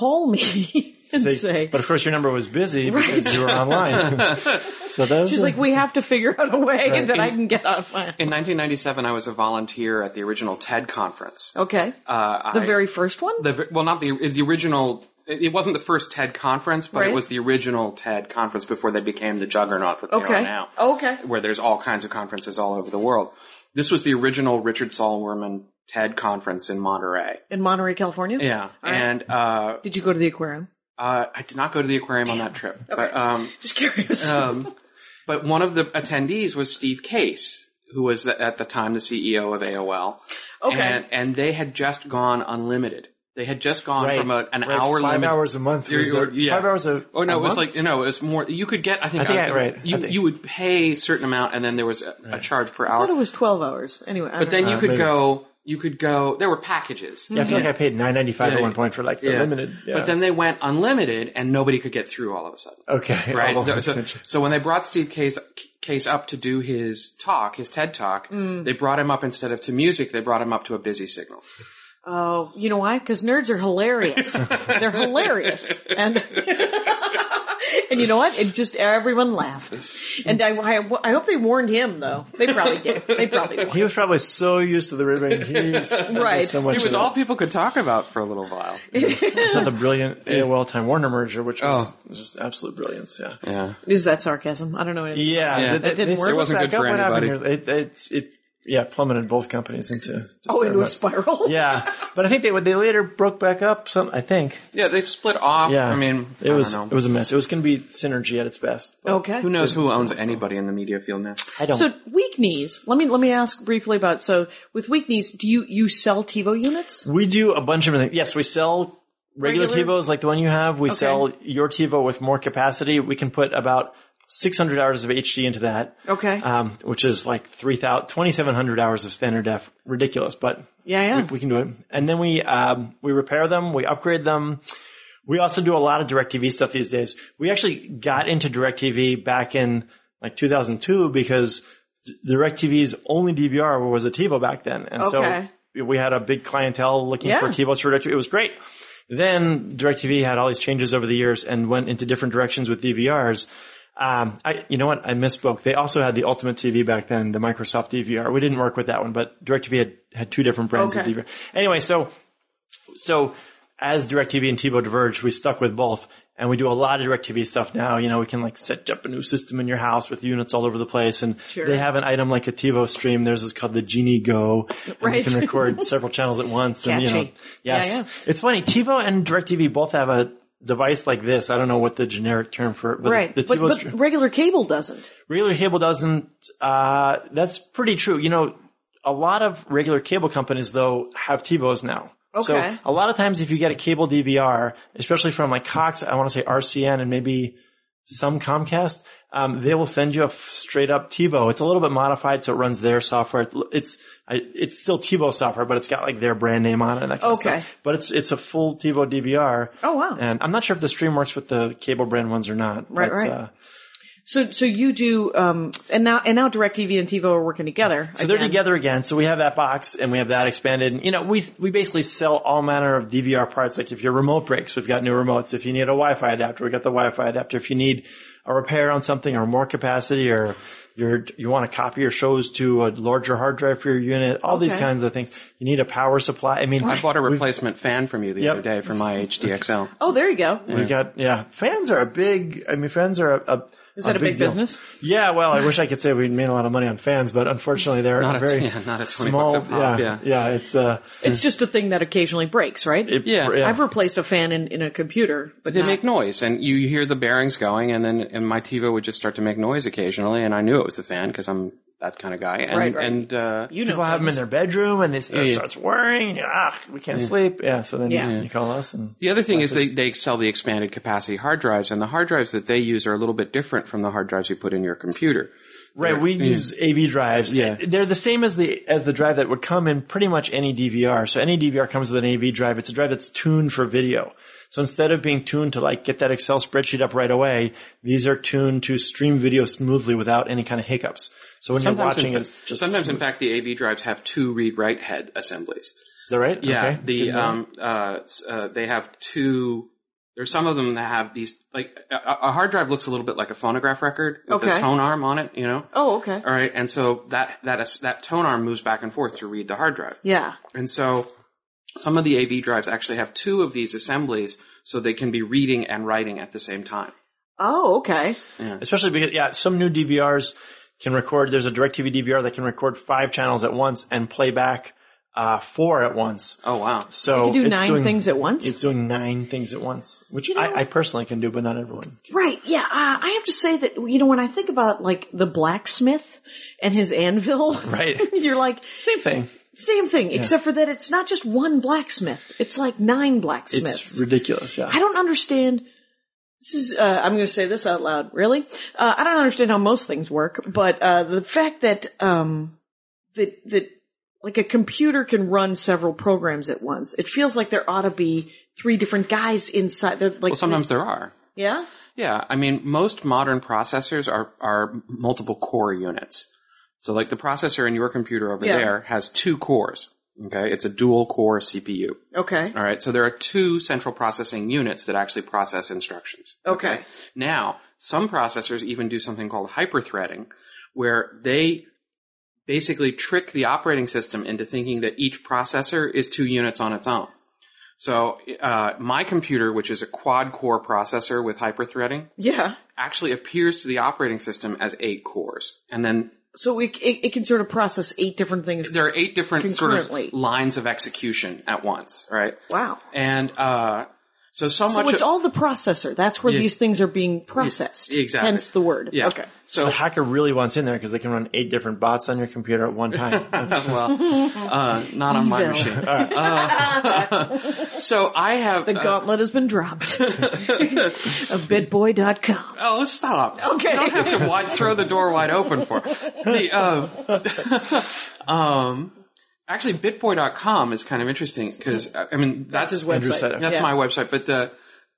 C: call me and say,
E: but of course your number was busy because you were online. so that was
C: she's
E: a-
C: like, we have to figure out a way that I can get out of my.
D: In 1997, I was a volunteer at the original TED conference.
C: Okay.
D: Uh,
C: the
D: I-
C: very first one?
D: the well, not the the original. It it wasn't the first TED conference, but
C: Right.
D: it was the original TED conference before they became the juggernaut that they
C: okay.
D: are now.
C: Okay.
D: where there's all kinds of conferences all over the world. This was the original Richard Saul Werman TED conference in Monterey.
C: In Monterey, California?
D: Yeah,
C: right.
D: and uh,
C: Did you go to the aquarium?
D: uh, I did not go to the aquarium on that trip, but um,
C: Just curious.
D: um, but one of the attendees was Steve Case, who was the, at the time the CEO of AOL.
C: Okay.
D: And, and they had just gone unlimited. They had just gone
E: Right.
D: from a, an
E: Right,
D: hour
E: five
D: limit.
E: hours a month.
D: There
E: was
D: you were-
E: the-
D: yeah.
E: Five hours a
D: Oh no,
E: a
D: it was
E: month?
D: like no, it was more. You could get. I think.
E: I think
D: uh,
E: I- right,
D: You
E: I think-
D: you would pay a certain amount, and then there was a, a charge per
C: I thought it
D: hour.
C: was 12 hours. Anyway, I
D: But then you
E: Uh,
D: could
E: maybe.
D: go. You could go. There were packages.
E: Yeah, I feel like I paid nine ninety five
D: Yeah.
E: at one point for like the
D: Yeah.
E: limited. Yeah.
D: But then they went unlimited, and nobody could get through all of a sudden.
E: okay, Oh.
D: Right.
E: I'll-
D: so, so when they brought Steve Case Case up to do his talk, his TED talk, they brought him up instead of to music. They brought him up to a busy signal.
C: Oh, you know why? Because nerds are hilarious. They're hilarious, and and you know what? It just everyone laughed, and I, I, I hope they warned him though. They probably did. They probably warned.
E: he was probably so used to the ribbon. He's
C: Right.
E: so much
D: It was
E: of
D: all people could talk about for a little while.
E: until the brilliant AOL Time Warner merger, which was
D: Oh.
E: just absolute brilliance. Yeah.
D: Yeah.
C: Is that sarcasm? I don't know. anything.
E: Yeah,
D: Yeah. It
C: didn't work. It
D: wasn't
E: back
D: good for
E: up, what happened
D: anybody.
E: here? It, it, it, yeah, plummeted both companies into. just
C: Oh,
E: very
C: into a
E: much-
C: spiral.
E: Yeah, but I think they would. They later broke back up. Some, I think.
D: Yeah. They split off.
E: Yeah,
D: I mean,
E: it was
D: I don't
E: it
D: know.
E: was a mess. It was going to be synergy at its best. but
C: Okay.
D: Who knows who owns anybody in the media field now?
E: I don't.
C: So weak knees. Let me let me ask briefly about. So with weak knees, do you you sell TiVo units?
E: we do a bunch of different things. Yes, we sell regular,
C: Regular?
E: TiVos like the one you have. We sell your TiVo with more capacity. We can put about 600 hours of HD into that.
C: Okay.
E: Um, which is like 3,000, 2,700 hours of standard def. Ridiculous, but
C: yeah, yeah.
E: we can do it. And then we um, we repair them, we upgrade them. We also do a lot of DirecTV stuff these days. We actually got into DirecTV back in like 2002 because D- DirecTV's only DVR was a TiVo back then, and
C: Okay.
E: so we had a big clientele looking for
C: Yeah.
E: TiVos for DirecTV. It was great. Then DirecTV had all these changes over the years and went into different directions with DVRs. Um, I, you know what? I misspoke. They also had the Ultimate TV back then, the Microsoft DVR. We didn't work with that one, but DirecTV had, had two different brands
C: Okay.
E: of DVR. Anyway, so, so as DirecTV and TiVo diverged, we stuck with both and we do a lot of DirecTV stuff now. You know, we can like set up a new system in your house with units all over the place and they have an item like a TiVo stream. Theirs is called the Genie Go. and you
C: Right.
E: can record several channels at once and you know,
C: Catchy.
E: yes.
C: Yeah, yeah.
E: It's funny. TiVo and DirecTV both have a device like this. I don't know what the generic term for it, but
C: Right.
E: the
C: but,
E: TiVo
C: but
E: stream.
C: regular cable doesn't.
E: regular cable doesn't. Uh, that's pretty true. You know, a lot of regular cable companies though have TiVos now.
C: Okay.
E: So a lot of times, if you get a cable DVR, especially from like Cox, I want to say RCN and maybe some Comcast, um, they will send you a f- straight up TiVo. It's a little bit modified, so it runs their software. It's I, it's still TiVo software, but it's got like their brand name on it. And that kind of
C: Okay.
E: stuff. But it's it's a full TiVo DVR.
C: Oh, wow.
E: And I'm not sure if the stream works with the cable brand ones or not.
C: Right,
E: but,
C: right.
E: Uh,
C: So so you do. Um. And now and now Directv and TiVo are working together.
E: So they're together again. So we have that box and we have that expanded. And, you know, we we basically sell all manner of DVR parts. Like if your remote breaks, we've got new remotes. If you need a Wi-Fi adapter, we got the Wi-Fi adapter. If you need a repair on something or more capacity or you're, you want to copy your shows to a larger hard drive for your unit, all these
C: Okay.
E: kinds of things. You need a power supply. I mean,
D: I bought a replacement fan from you the other day for my HDXL.
C: Oh, there you go.
E: we got, yeah, fans are a big, I mean, fans are a, a
C: Is that a big
E: deal.
C: business?
E: Yeah, well, I wish I could say we made a lot of money on fans, but unfortunately, they're
D: Not
E: a
D: a-
E: very
D: yeah, not a 20
E: small.
D: bucks a pop,
E: yeah,
D: yeah.
E: it's uh,
C: It's just a thing that occasionally breaks, right?
E: it-
D: Yeah.
C: I've replaced a fan in, in a computer,
D: But they make noise, and you you hear the bearings going, and then and my TiVo would just start to make noise occasionally, and I knew it was the fan because I'm that kind of guy. And,
C: Right, right.
D: And uh,
C: you know,
E: people have them in
C: things.
E: their bedroom and they start,
D: Yeah, yeah.
E: starts worrying. and, Ah, we can't sleep. Yeah, so then
C: Yeah.
E: You, you call us and
D: the other thing is they they sell the expanded capacity hard drives, and the hard drives that they use are a little bit different from the hard drives you put in your computer.
E: right. We use AV drives. Uh,
D: Yeah.
E: they're the same as the as the drive that would come in pretty much any DVR. So any DVR comes with an AV drive. It's a drive that's tuned for video. So instead of being tuned to like get that Excel spreadsheet up right away, these are tuned to stream video smoothly without any kind of hiccups. So when you're watching,
D: in, fa-
E: it's just
D: sometimes, in
E: smooth.
D: fact, the AV drives have two read-write head assemblies.
E: Is that right?
D: Yeah,
E: Okay.
D: the
E: Didn't know.
D: um uh, s- uh they have two. There's some of them that have these like a, a hard drive looks a little bit like a phonograph record with a
C: Okay.
D: tone arm on it, you know.
C: Oh, okay.
D: All right, and so that that is, that tone arm moves back and forth to read the hard drive,
C: Yeah.
D: and so some of the AV drives actually have two of these assemblies, so they can be reading and writing at the same time.
C: Oh, okay.
E: especially because yeah, some new DVRs can record. There's a DirecTV DVR that can record five channels at once and play back uh, four at once.
D: Oh wow!
E: So
C: You do
E: it's
C: nine
E: doing-
C: things at once?
E: It's doing nine things at once, which
C: know-
E: I, I personally can do, but not everyone.
C: Right. Yeah. Uh, I have to say that, you know, when I think about like the blacksmith and his anvil,
E: Right.
C: you're like,
E: Same thing.
C: same thing, except for that it's not just one blacksmith. It's like nine blacksmiths.
E: It's ridiculous. Yeah.
C: I don't understand. This is, uh, I'm going to say this out loud. Really? Uh, I don't understand how most things work, but, uh, the fact that, um, that, that, like a computer can run several programs at once. It feels like there ought to be three different guys inside. They're like,
D: Well, sometimes there are.
C: yeah?
D: Yeah, I mean, most modern processors are are multiple core units. So, like the processor in your computer over
C: Yeah.
D: there has two cores. Okay, it's a dual core CPU.
C: Okay.
D: All right, so there are two central processing units that actually process instructions.
C: Okay.
D: Now, some processors even do something called hyperthreading, where they basically trick the operating system into thinking that each processor is two units on its own. So, uh, my computer, which is a quad core processor with hyperthreading,
C: Yeah.
D: actually appears to the operating system as eight cores. And then
C: So it, it, it can sort of process eight different things.
D: there are eight different sort of
C: Concurrently.
D: lines of execution at once, right?
C: wow.
D: And, uh, so so much
C: So it's
D: of-
C: all the processor. That's where these things are being processed.
D: exactly.
C: Hence the word.
D: Yeah.
C: Okay.
D: So
E: The hacker really wants in there because they can run eight different bots on your computer at one time. That's-
D: well, uh, not on my
C: Evil.
D: machine. Uh, so I have.
C: The
D: uh,
C: gauntlet has been dropped. bitboy.com.
D: oh, stop!
C: Okay.
D: You have to wide, throw the door wide open for the. um, um, actually, Bitboy.com is kind of interesting because I mean that's
C: his
E: Andrew
C: website.
E: said it.
D: That's
C: Yeah.
D: my website, but the.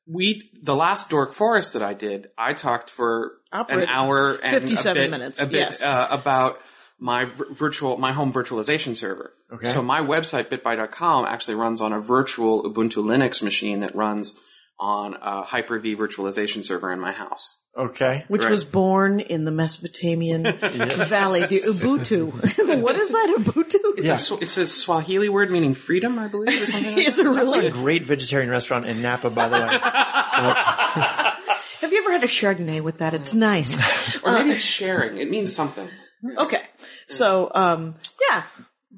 D: We the last Dork Forest that I did, I talked for
C: Operator.
D: an hour and a
C: 57
D: bit-
C: minutes,
D: a bit,
C: yes.
D: uh, about my vir- virtual my home virtualization server.
E: Okay.
D: So my website bitby.com actually runs on a virtual Ubuntu Linux machine that runs on a Hyper-V virtualization server in my house.
E: okay.
C: Which
D: Right.
C: was born in the Mesopotamian Valley, the Ubuntu. what is that, Ubuntu?
E: Yeah.
D: It's a, it's a Swahili word meaning freedom, I believe, or something. like
C: Is it really?
E: Great vegetarian restaurant in Napa, by the way.
C: Have you ever had a Chardonnay with that? It's nice.
D: that. Or maybe it's sharing. It means something.
C: Okay. So, um, yeah.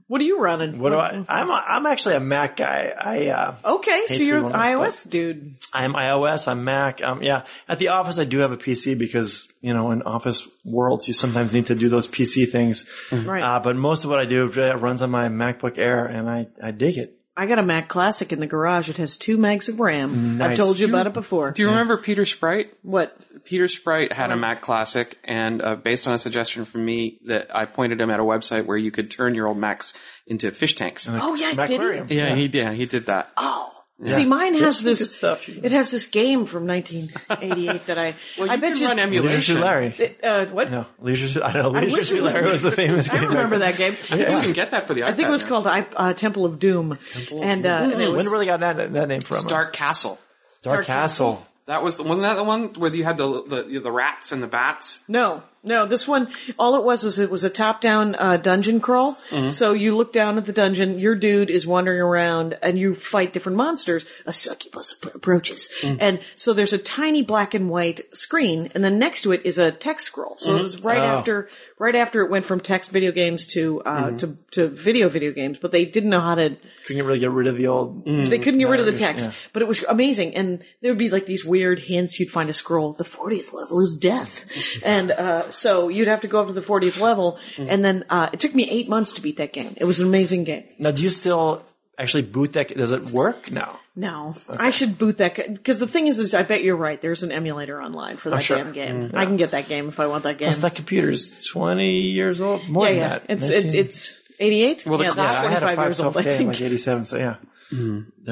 C: What are you running?
E: What do I? I'm a, I'm actually a Mac guy. I uh,
C: Okay, so
E: Hate
C: you're
E: three
C: an
E: one oh,
C: iOS dude.
E: I'm iOS. I'm Mac. Um, yeah. At the office, I do have a PC because you know in office worlds you sometimes need to do those PC things.
C: Mm-hmm. Right.
E: Uh, but most of what I do uh, runs on my MacBook Air, and I I dig it.
C: I got a Mac Classic in the garage. It has two megs of RAM. I
E: Nice.
C: told you about it before.
D: Do you remember Peter Sprite?
C: What?
D: Peter Sprite had a Mac Classic, and uh, based on a suggestion from me, that I pointed him at a website where you could turn your old Macs into fish tanks.
C: Oh yeah, I did it.
E: Macquarium.
D: Yeah, he did. he did that.
C: Oh. See, mine has this.
E: There's good stuff you can-
C: It has this game from 1988 that I.
D: Well,
C: I
D: you
C: bet
D: can
C: you.
D: run
E: Leisure Suit
D: emulation.
E: Larry.
C: uh, what?
E: no, Leisure. Suit- I don't know. Leisure
C: wish it
E: Suit
C: was-
E: Larry was the famous.
C: I
E: game
C: remember
E: back
C: that game.
D: You can get that for the iPad.
C: I think it was called I, uh, Temple of Doom, and, uh, and it
E: then.
C: was
E: Wonder where they got that, that name from.
D: Dark Castle.
E: Dark
C: Dark
E: Castle.
D: That was the, wasn't that the one where you had the the, the rats and the bats?
C: No, no. This one, all it was was it was a top-down uh, dungeon crawl. So you look down at the dungeon. Your dude is wandering around, and you fight different monsters. A succubus ap- approaches, and so there's a tiny black and white screen, and then next to it is a text scroll. So it was right after, right after it went from text video games to uh, to to video video games, but they didn't know how to
E: Couldn't really get rid of the old.
C: they couldn't get rid of the text, but it was amazing. And there would be like these weird hints. You'd find a scroll. The 40th level is death. and, uh, so you'd have to go up to the 40th level.
E: Mm.
C: And then, uh, it took me eight months to beat that game. It was an amazing game.
E: Now, do you still actually boot that? Does it work? No.
C: No, I should boot that because the thing is, is I bet you're right. There's an emulator online for that
E: Oh, sure.
C: damn
E: Mm.
C: game. I can get that game if I want that game.
E: Plus, that computer's 20 years old. More
C: yeah,
E: than
C: yeah.
E: that.
C: It's, it's,
E: 19
C: it's 88.
D: Well, the
C: yeah,
D: class-
C: that's
E: I had a
C: 25 years old, I
E: 512K in
C: think.
E: like 87, so yeah. That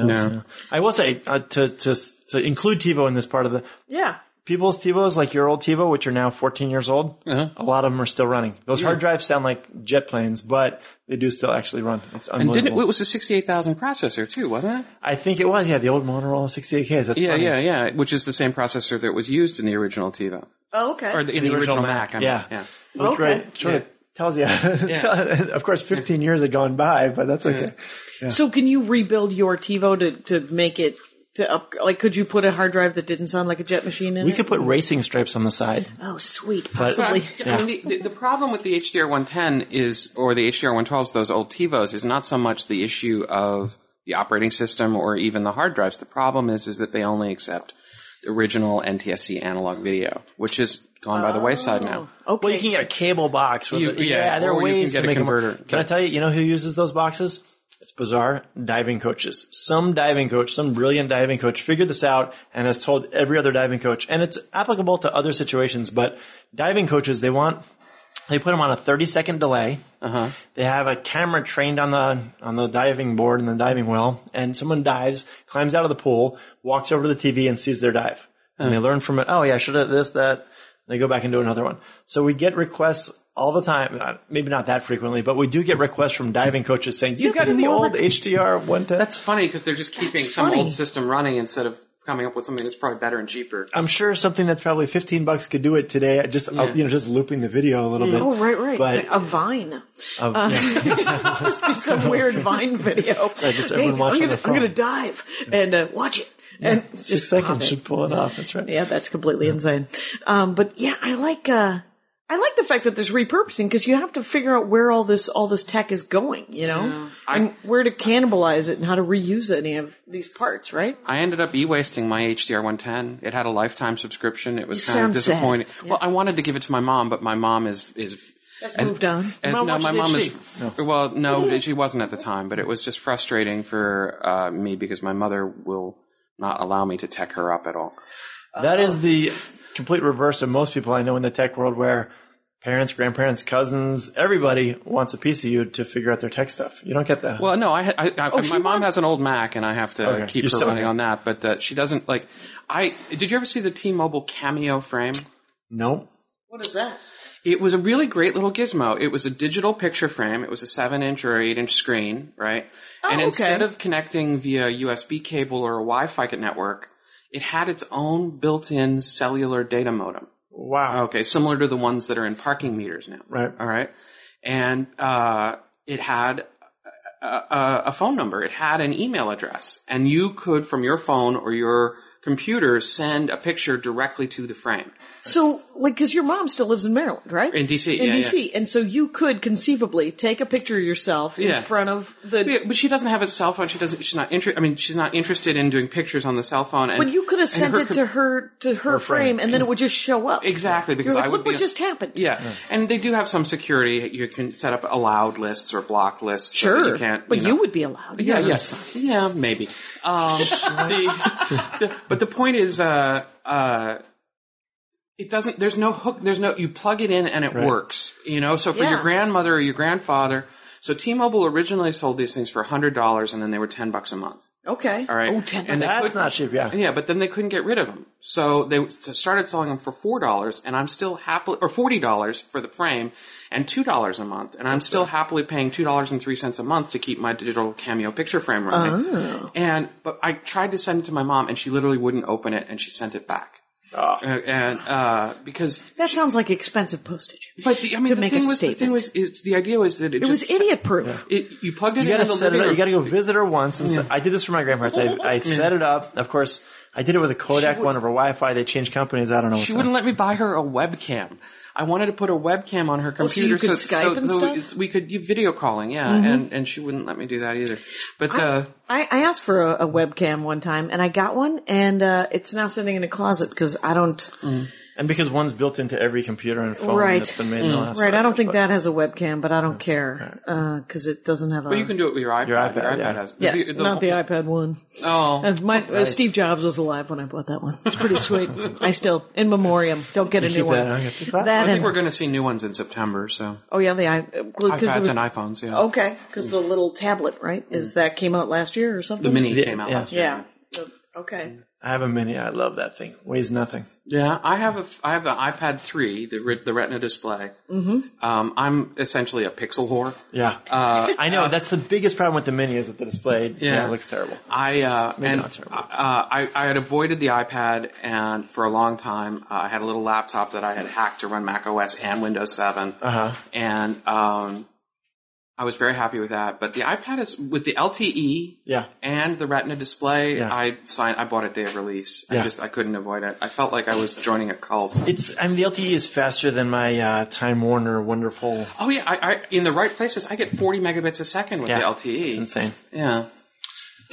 E: was,
D: Yeah.
E: yeah. I will say, uh, to, to, to include TiVo in this part of the,
C: yeah.
E: people's TiVos, like your old TiVo, which are now 14 years old,
D: Uh-huh.
E: a lot of them are still running. Those hard drives sound like jet planes, but they do still actually run. It's
D: And didn't,
E: unbelievable.
D: it was a 68,000 processor too, wasn't it?
E: I think it was, yeah, the old Motorola 68Ks. That's
D: Yeah,
E: funny.
D: yeah, yeah. Which is the same processor that was used in the original TiVo.
C: Oh, okay.
D: Or the, in the, original, Mac. I mean,
E: yeah.
D: yeah.
E: That's
C: Okay.
E: right. Sure. Tells you. of course, 15 years had gone by, but that's okay.
C: So can you rebuild your TiVo to, to make it to up? Like, could you put a hard drive that didn't sound like a jet machine in
E: We
C: it?
E: could put racing stripes on the side.
C: oh, sweet.
E: But-
C: Possibly.
D: Yeah, I mean, the, the, the problem with the HDR 110 is, or the HDR 112s, those old TiVos, is not so much the issue of the operating system or even the hard drives. The problem is, is that they only accept the original NTSC analog video, which is gone by the wayside now.
C: Okay.
E: Well, you can get a cable box. With
D: You-
E: the-
D: yeah,
E: yeah, there are
D: or you can
E: ways
D: get
E: to
D: a
E: make 'em-
D: converter.
E: Can I tell you? You know who uses those boxes? It's bizarre. Diving coaches. Some diving coach, some brilliant diving coach, figured this out and has told every other diving coach. And it's applicable to other situations. But diving coaches, they want they put them on a 30 second delay.
C: Uh-huh.
E: They have a camera trained on the on the diving board and the diving well, and someone dives, climbs out of the pool, walks over to the TV, and sees their dive. And
C: Uh-huh.
E: they learn from it. Oh yeah, I should have this that. They go back and do another one. So we get requests all the time. uh, Maybe not that frequently, but we do get requests from diving coaches saying, "Do you
C: You've
E: got
C: got
E: any
C: more
E: old HDR 110?"
D: That's funny because they're just keeping
C: That's
D: some
C: funny.
D: old system running instead of coming up with something that's probably better and cheaper.
E: I'm sure something that's probably 15 bucks could do it today. Just uh, you know, just looping the video a little bit.
C: Oh, right, right.
E: But
C: a vine.
E: uh,
C: Oh,
E: yeah.
C: just be some weird vine video.
E: just
C: hey,
E: everyone
C: I'm
E: watching
C: gonna,
E: their phone.
C: I'm gonna dive and uh, watch it. And just
E: six
C: pop
E: seconds
C: it.
E: should pull it off. That's right.
C: Yeah, that's completely insane. Um, but yeah, I like, uh, I like the fact that there's repurposing because you have to figure out where all this, all this tech is going, you know? and where to cannibalize it and how to reuse any of these parts, right?
D: I ended up e-wasting my HDR 110. It had a lifetime subscription. It was
C: You
D: kind
C: sound
D: of
C: sad.
D: disappointing. Well, I wanted to give it to my mom, but my mom is is
C: That's moved on.
D: And
E: Mom
D: no, my
E: watches
D: mom
E: HD.
D: is. Well, no, she wasn't at the time, but it was just frustrating for uh, me because my mother will not allow me to tech her up at all.
E: That is the complete reverse of most people I know in the tech world where parents, grandparents, cousins, everybody wants a piece of you to figure out their tech stuff. You don't get that.
D: Well, no, I, ha- I, I
C: she
D: my mom
C: won?
D: has an old Mac, and I have to
E: Oh, Okay.
D: keep
E: You're
D: her
E: still-
D: running on that. But uh, she doesn't like. I did you ever see the T-Mobile Cameo frame?
E: no.
C: What is that?
D: It was a really great little gizmo. It was a digital picture frame. It was a seven inch or eight inch screen, right? and
E: Oh,
C: okay.
D: instead of connecting via USB cable or a Wi-Fi network, it had its own built-in cellular data modem.
E: Wow.
D: Okay, similar to the ones that are in parking meters now.
E: Right.
D: All right. And uh, it had a, a, a phone number. It had an email address, and you could, from your phone or your computer, send a picture directly to the frame
C: So, like, cause your mom still lives in Maryland, right?
D: in DC.
C: in
D: yeah, yeah.
C: DC. And so you could conceivably take a picture of yourself
D: Yeah.
C: in front of the.
D: Yeah, but she doesn't have a cell phone. She doesn't. She's not interested. I mean, she's not interested in doing pictures on the cell phone. And,
C: But you could have
D: and
C: sent
D: her
C: it
D: com-
C: to her to her, frame,
E: frame.
C: and then it would just show up.
D: exactly
C: You're
D: because
C: like,
D: I
C: look
D: would
C: what
D: be.
C: just happened.
D: yeah. and they do have some security. You can set up allowed lists or block lists. so that
C: Sure,
D: you can't.
C: but
D: know.
C: you would be allowed.
D: Yeah,
C: You're-
D: yes. Yeah, maybe. Um, the, the- but the point is, uh, uh, it doesn't, there's no hook, there's no, you plug it in and it works, you know? So for your
C: Yeah.
D: grandmother or your grandfather, so T-Mobile originally sold these things for $100 and then they were 10 bucks a month.
C: Okay.
D: All right.
C: Oh, ten
D: And
C: bucks.
E: That's not cheap. Yeah.
D: Yeah, but then they couldn't get rid of them. So they started selling them for $4 and I'm still happily, or $40 for the frame and $2 a month. And I'm still happily paying $2.03 a month to keep my digital cameo picture frame running. And, but I tried to send it to my mom and she literally wouldn't open it and she sent it back. Uh, and, uh, because,
C: That sounds like expensive postage.
D: but the, I mean,
C: To
D: the
C: make a
D: thing, was, the thing
C: statement.
D: was, it's, the idea was that it,
C: It
D: just
C: was
D: set-
C: idiot proof.
D: It, you plugged it
E: You
D: in
E: gotta
D: in the
E: set it
D: living
E: up. You
D: room.
E: gotta go visit her once. And se- I did this for my grandparents. I, I set it up. Of course, I did it with a Kodak one over Wi-Fi. They changed companies. I don't know. What's
D: She wouldn't let me buy her a webcam. I wanted to put a webcam on her
C: so you
D: computer
C: could Skype and
D: so
C: stuff? Mm-hmm.
D: we could you video calling, yeah, and and she wouldn't let me do that either. But uh,
C: I, I asked for a, a webcam one time, and I got one, and uh, it's now sitting in a closet because I don't.
E: and because one's built into every computer and phone
C: Right.
E: that's been made
D: Mm.
E: in the last
C: right,
E: five
C: I don't
E: years,
C: think
E: but-
C: that has a webcam, but I don't care because it doesn't have a.
D: but you can do it with your iPad. Your
E: iPad,
D: iPad,
E: yeah.
D: has
C: yeah, not the iPad one.
D: Oh,
C: Uh, My, uh, Steve Jobs was alive when I bought that one. It's pretty sweet. I still, in memoriam, don't get a new
E: Keep
C: one.
E: that. on. It's a class.
D: I
C: That
D: think
C: and
D: we're going to see new ones in September. So
C: oh yeah, the i because
D: iPads and iPhones, yeah.
C: okay because the little tablet right is that came out last year or something.
D: the Mini
E: Yeah,
D: came out
E: yeah.
D: last year.
C: yeah. Okay.
E: I have a mini. I love that thing. Weighs nothing.
D: Yeah, I have a f- I have the iPad three, the re- the Retina display. Mm-hmm. Um, I'm essentially a pixel whore.
E: Yeah.
D: Uh,
E: I know that's the biggest problem with the mini is that the display yeah,
D: Yeah.
E: it looks terrible.
D: I uh, and
E: not terrible.
D: uh, I, I had avoided the iPad and for a long time. Uh, I had a little laptop that I had hacked to run Mac OS and Windows Seven,
E: Uh huh.
D: and um, I was very happy with that. But the iPad is with the LTE
E: Yeah.
D: and the Retina display.
E: Yeah.
D: I signed. I bought it day of release. I
E: Yeah.
D: just I couldn't avoid it. I felt like I was joining a cult.
E: It's. I mean, the LTE is faster than my uh, Time Warner wonderful.
D: Oh yeah, I, I in the right places I get 40 megabits a second with
E: Yeah.
D: the LTE.
E: It's insane.
D: Yeah.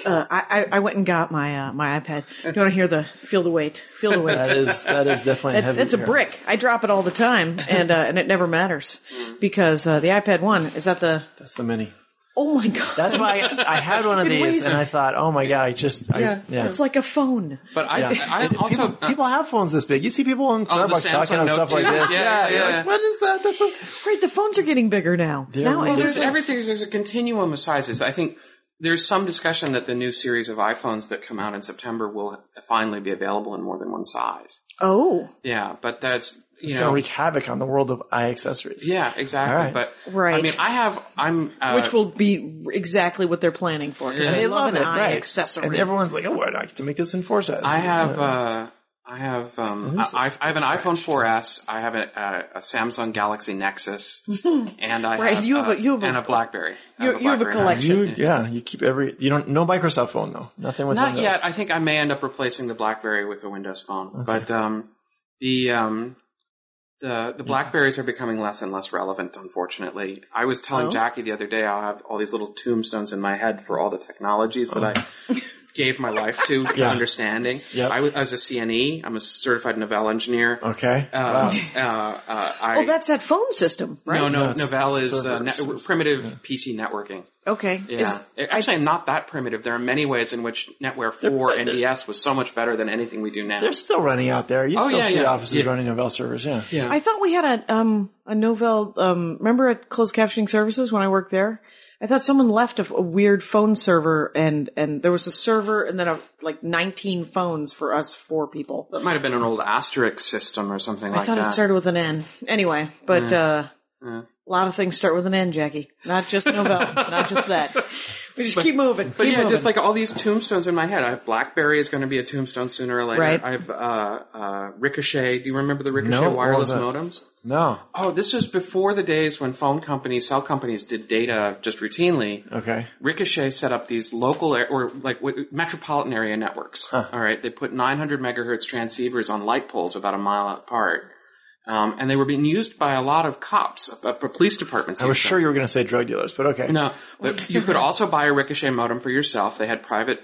C: Uh, I, I- I went and got my uh, my iPad. You want to hear the feel the weight? Feel the weight.
E: That is. That is definitely
C: It-
E: heavy.
C: it's a
E: hitter.
C: brick. I drop it all the time, and uh, and it never matters
D: Mm.
C: because uh, the iPad one is that the
E: That's the mini.
C: oh my god,
E: That's why I, I had one of
C: It weighs-
E: these, and I thought, oh my god, I just. I, yeah.
C: it's like a phone.
D: But I
E: Yeah.
D: I also uh,
E: people, people have phones this big. You see people on
D: Oh, the
E: Starbucks talking
D: Samsung
E: on
D: Note
E: stuff like
D: 2.
E: this.
D: Yeah,
E: Yeah,
D: yeah,
E: you're
D: yeah.
E: like, what is that? That's a
C: Right, the phones are getting bigger now. now
E: really-
C: it
D: there's
C: is-
D: everything there's a continuum of sizes. I think there's some discussion that the new series of iPhones that come out in September will finally be available in more than one size.
C: Oh,
D: Yeah, but that's you
E: it's
D: know
E: gonna wreak havoc on the world of eye accessories.
D: yeah, exactly.
E: All right.
D: But I
C: Right.
D: mean, I have I'm uh,
C: which will be exactly what they're planning for. 'cause
D: Yeah.
E: And
C: They,
E: they
C: love,
E: love
C: an
E: it,
C: eye
E: right?
C: accessory.
E: And everyone's like, oh, I get to make this in four sizes.
D: I have uh, I have um, I, I have an iPhone 4S. I have a, a, a Samsung Galaxy Nexus, and I
C: Right,
D: have,
C: you have
D: uh,
C: a- you have a-
D: and a BlackBerry. I
C: You- you have a
D: BlackBerry.
C: collection.
E: You, yeah, you keep every. You don't. No Microsoft phone though. Nothing with
D: Not
E: Windows.
D: yet. I think I may end up replacing the BlackBerry with a Windows phone, but um, the um, the the Blackberries are becoming less and less relevant, unfortunately. I was telling
C: Oh.
D: Jackie the other day I have all these little tombstones in my head for all the technologies that I gave my life to
E: Oh. Yeah.
D: understanding.
E: Yep.
D: I was, I was a CNE. I'm a certified Novell engineer.
E: okay.
D: Uh,
E: Wow.
D: uh, uh, I,
C: oh, that's that phone system, right?
D: no, no,
E: No, it's
D: Novell is uh,
E: server
D: net
E: systems.
D: primitive PC networking.
C: Okay.
D: Yeah,
C: Is-
D: actually, I'm not that primitive. There are many ways in which NetWare 4 NDS was so much better than anything we do now.
E: They're still running out there. You
D: Oh,
E: still
D: yeah,
E: see
D: yeah.
E: offices
D: Yeah.
E: running Novell servers. Yeah.
D: yeah,
C: I thought we had a um a Novell um remember at closed captioning services when I worked there? I thought someone left a, a weird phone server and and there was a server and then a, like 19 phones for us four people.
D: that might have been an old asterisk system or something
C: I
D: like
C: thought
D: that.
C: it started with an N. Anyway, but uh
D: Yeah.
C: a lot of things start with an N, Jackie. Not just Novell, not just that. We just keep moving.
D: but
C: keep
D: yeah, just
C: moving.
D: like all these tombstones in my head. I have BlackBerry is going to be a tombstone sooner or later.
C: Right.
D: I have uh, uh, Ricochet. Do you remember the Ricochet
E: No, what
D: wireless
E: was that?
D: modems?
E: No.
D: Oh, this was before the days when phone companies, cell companies, did data just routinely.
E: Okay.
D: Ricochet set up these local air- or like w- metropolitan area networks. All right, they put 900 megahertz transceivers on light poles about a mile apart, um, and they were being used by a lot of cops, uh, uh, police departments.
E: I was
D: used them.
E: sure you were going to say drug dealers, but okay.
D: No, but you could also buy a Ricochet modem for yourself. They had private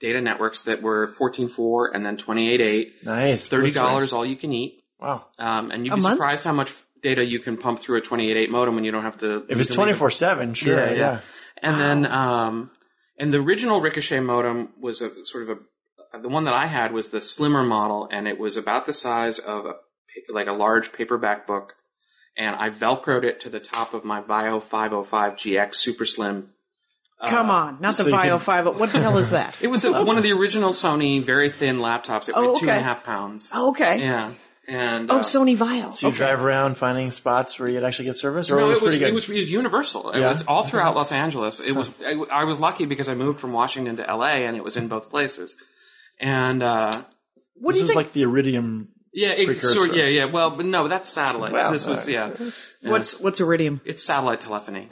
D: data networks that were 14.4 and then 28.8,
E: Nice.
D: thirty
E: That's right.
D: dollars all you can eat,
E: Wow.
D: um, and you'd
C: A
D: be
C: month?
D: surprised how much data you can pump through a 28.8 modem when you don't have to.
E: If it's twenty four seven, sure.
D: Yeah,
E: Yeah.
D: yeah. And then, um, and the original Ricochet modem was a sort of a, the one that I had was the slimmer model, and it was about the size of a, pa- like a large paperback book. And I Velcroed it to the top of my oh Bio 505 GX Super Slim. uh,
C: Come on, not
E: so
C: the
E: you can-
C: Bio 5. What the hell is that?
D: It was a, one of the original Sony very thin laptops. It
C: Oh,
D: weighed two and
C: okay.
D: a half pounds.
C: Oh, okay.
D: Yeah. And,
C: Oh,
D: uh,
C: Sony Vial.
E: So you drive around finding spots where you'd actually get service, or
D: No,
E: it was
D: it was,
E: pretty good.
D: it was it was universal. It
E: Yeah?
D: was all throughout Los Angeles. It was I, I was lucky because I moved from Washington to LA and it was in both places. And uh
C: what
E: this
C: do you
E: was
C: think?
E: like the Iridium.
D: yeah, it,
E: Precursor.
D: sort, yeah, yeah. Well, but no, that's satellite.
E: Well, uh,
D: this was yeah.
C: what's what's Iridium?
D: It's satellite telephony.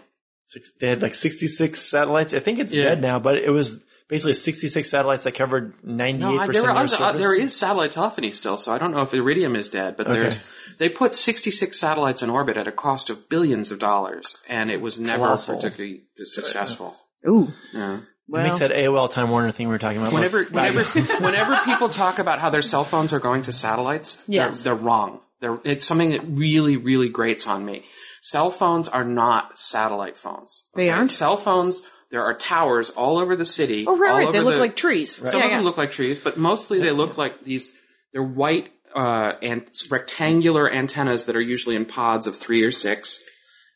E: six- They had like sixty six satellites. I think it's
D: Yeah.
E: dead now, but it was basically sixty six satellites that covered ninety
D: No,
E: eight
D: I, there
E: percent
D: are
E: of
D: other,
E: their
D: uh,
E: service.
D: there is satellite telephony still, so I don't know if Iridium is dead, but there's they put 66 satellites in orbit at a cost of billions of dollars and it was never
E: Colossal.
D: particularly successful.
C: Ooh.
D: Yeah.
E: it makes that AOL Time Warner thing we were talking about. look
D: Whenever, whenever, whenever people talk about how their cell phones are going to satellites,
C: Yes.
D: they're, they're wrong. They're, it's something that really, really grates on me. Cell phones are not satellite phones.
C: They aren't?
D: Cell phones, there are towers all over the city.
C: Oh, right,
D: all
C: right. They
D: over
C: look
D: the-
C: like trees.
D: Some
C: Yeah,
D: of them
C: yeah.
D: look like trees, but mostly they look like these, they're white, uh, and rectangular antennas that are usually in pods of three or six.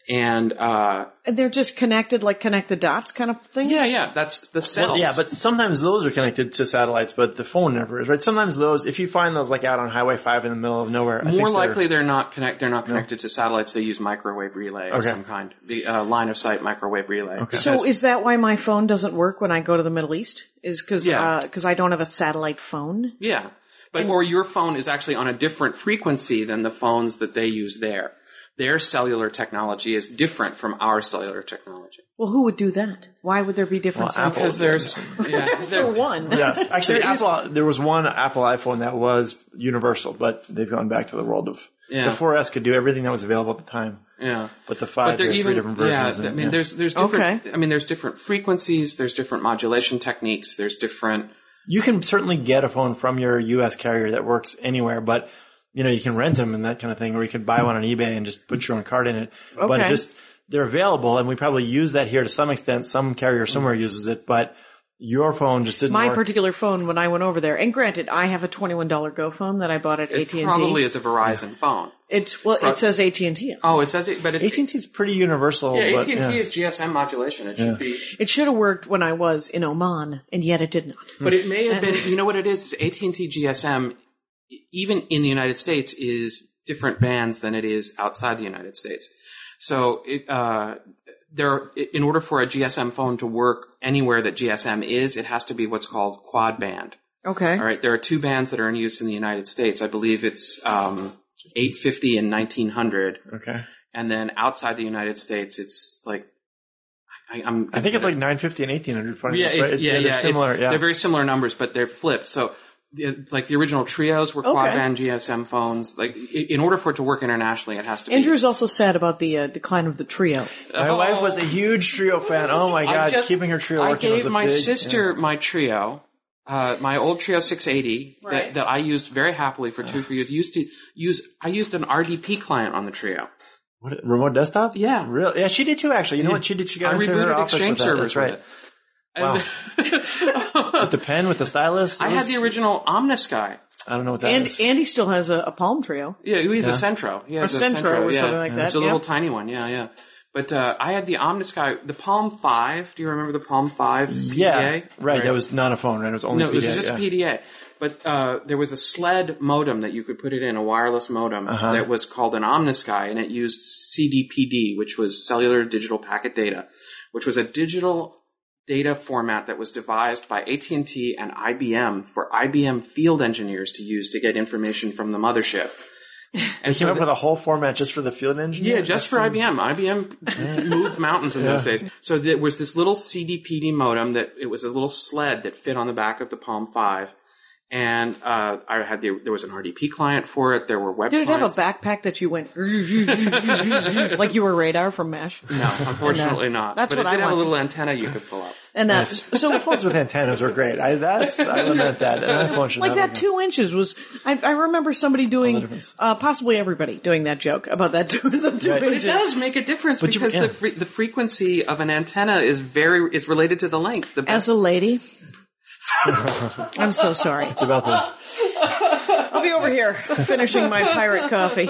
D: and uh,
C: And they're just connected, like connect the dots kind of thing.
D: yeah, yeah, that's the cells.
E: Well, yeah, but sometimes those are connected to satellites, but the phone never is, right? Sometimes those, if you find those like out on Highway 5 in the middle of nowhere, I think
D: more
E: they're-
D: likely they're not connect. They're not connected to satellites. They use microwave relay of
E: Okay.
D: some kind. The uh, line of sight microwave relay.
C: So Oh, is that why my phone doesn't work when I go to the Middle East? Is because
D: Yeah.
C: I don't have a satellite phone.
D: Yeah. But or your phone is actually on a different frequency than the phones that they use there. Their cellular technology is different from our cellular technology.
E: Oh,
C: Well, who would do that? Why would there be different?
E: Well,
C: satellite-
E: Apple-
D: Because there's yeah,
C: for
D: there-
C: one.
E: Yes, actually, Apple, there was one Apple iPhone that was universal, but they've gone back to the world of
D: Yeah.
E: the 4S could do everything that was available at the time,
D: yeah.
E: but the
D: But
E: 5
D: they're
E: there's
D: even
E: three different versions.
D: yeah. I
E: and-
D: mean,
E: yeah.
D: there's there's different.
C: Okay.
D: I mean, there's different frequencies. There's different modulation techniques. There's different.
E: you can certainly get a phone from your U.S. carrier that works anywhere, but you know you can rent them and that kind of thing, or you can buy one on eBay and just put your own card in it. But
C: Okay.
E: it just they're available, and we probably use that here to some extent. Some carrier somewhere uses it, but your phone just didn't
C: My
E: work.
C: particular phone when I went over there, and granted, I have a twenty-one dollar Go phone that I bought at AT and
D: Probably
C: T.
D: is a Verizon phone.
C: It's well, it says AT and T.
D: Oh, it says it, but it's,
E: AT&T is pretty universal.
D: yeah,
E: but,
D: AT&T
E: yeah.
D: is GSM modulation. It should be.
C: It should have worked when I was in Oman, and yet it did not.
D: But it may have been. You know what it is? Is AT and T GSM, e- even in the United States, is different bands than it is outside the United States. So it, uh, there, in order for a GSM phone to work anywhere that GSM is, it has to be what's called quad band.
C: Okay.
D: All right, there are two bands that are in use in the United States. I believe it's um, 850 and 1900,
E: Okay,
D: and then outside the United States, it's like I, I'm.
E: I think it's like 950 and 1800. Funny,
D: Yeah,
E: enough,
D: it's,
E: right?
D: yeah, yeah.
E: they're
D: it's-
E: similar. yeah,
D: They're very similar numbers, but they're flipped. So, the- like the original trios were quad
C: Okay.
D: band GSM phones. Like, i- in order for it to work internationally, it has to
C: Andrew's also sad about the uh, decline of the trio.
D: be.
E: My
D: Oh,
E: wife was a huge trio fan. Oh my
D: I
E: god,
D: just-
E: keeping her trio
D: I
E: working
D: gave
E: was a
D: my
E: big,
D: sister my trio, uh, my old trio 680
C: Right.
D: that, that I used very happily for two, three years. Used to use, I used an RDP client on the trio.
E: What, remote desktop?
D: Yeah.
E: Real, yeah, she did too, actually. You know what? She did. She got
D: I
E: into her
D: rebooted
E: office
D: Exchange
E: with that. That's
D: servers
E: right.
D: with
E: Wow.
D: it.
E: with the pen, with the stylus.
D: I
E: it
D: had
E: was-
D: the original Omnisky.
E: I don't know what that
C: And
E: is.
C: Andy still has a, a palm trio.
D: Yeah, he's a Centro. He has
C: Or
D: a
C: Centro or
D: yeah.
C: something like that,
D: It's a little
C: yeah.
D: tiny one. Yeah, yeah. But uh, I had the Omnisky, the Palm Five. Do you remember the Palm Five? PDA?
E: yeah, right, That was not a phone, right? It was only.
D: no, it was
E: PDA,
D: just
E: yeah.
D: PDA. But uh, there was a sled modem that you could put it in, a wireless modem that was called an Omnisky, and it used CDPD, which was cellular digital packet data, which was a digital data format that was devised by AT&T and IBM for IBM field engineers to use to get information from the mothership. And
E: Came up with a whole format just for the field engineer.
D: yeah, just for IBM. IBM moved mountains in those days. So there was this little CDPD modem that it was a little sled that fit on the back of the Palm Five, and uh, I had the, there was an RDP client for it. There were web.
C: Did it have a
D: clients.
C: backpack that you went like you were radar from Mesh?
D: No, unfortunately not.
C: that's
D: but
C: what
D: it
C: I
D: did have a
C: want.
D: little antenna you could pull up.
C: And uh,
E: So
C: so
E: phones with antennas were great. I that's I lament that. That phone should
C: like
E: have
C: that
E: one.
C: two inches was. I, I remember somebody doing,
E: difference.
C: uh, possibly everybody doing that joke about that two, the two
E: Right. But it
D: It
C: inches.
D: does make a difference
E: you-
D: because
E: yeah.
D: the fre- the frequency of an antenna is very is related to the length. The
C: As a lady, I'm so sorry.
E: It's about the
C: I'll be over here finishing my pirate coffee.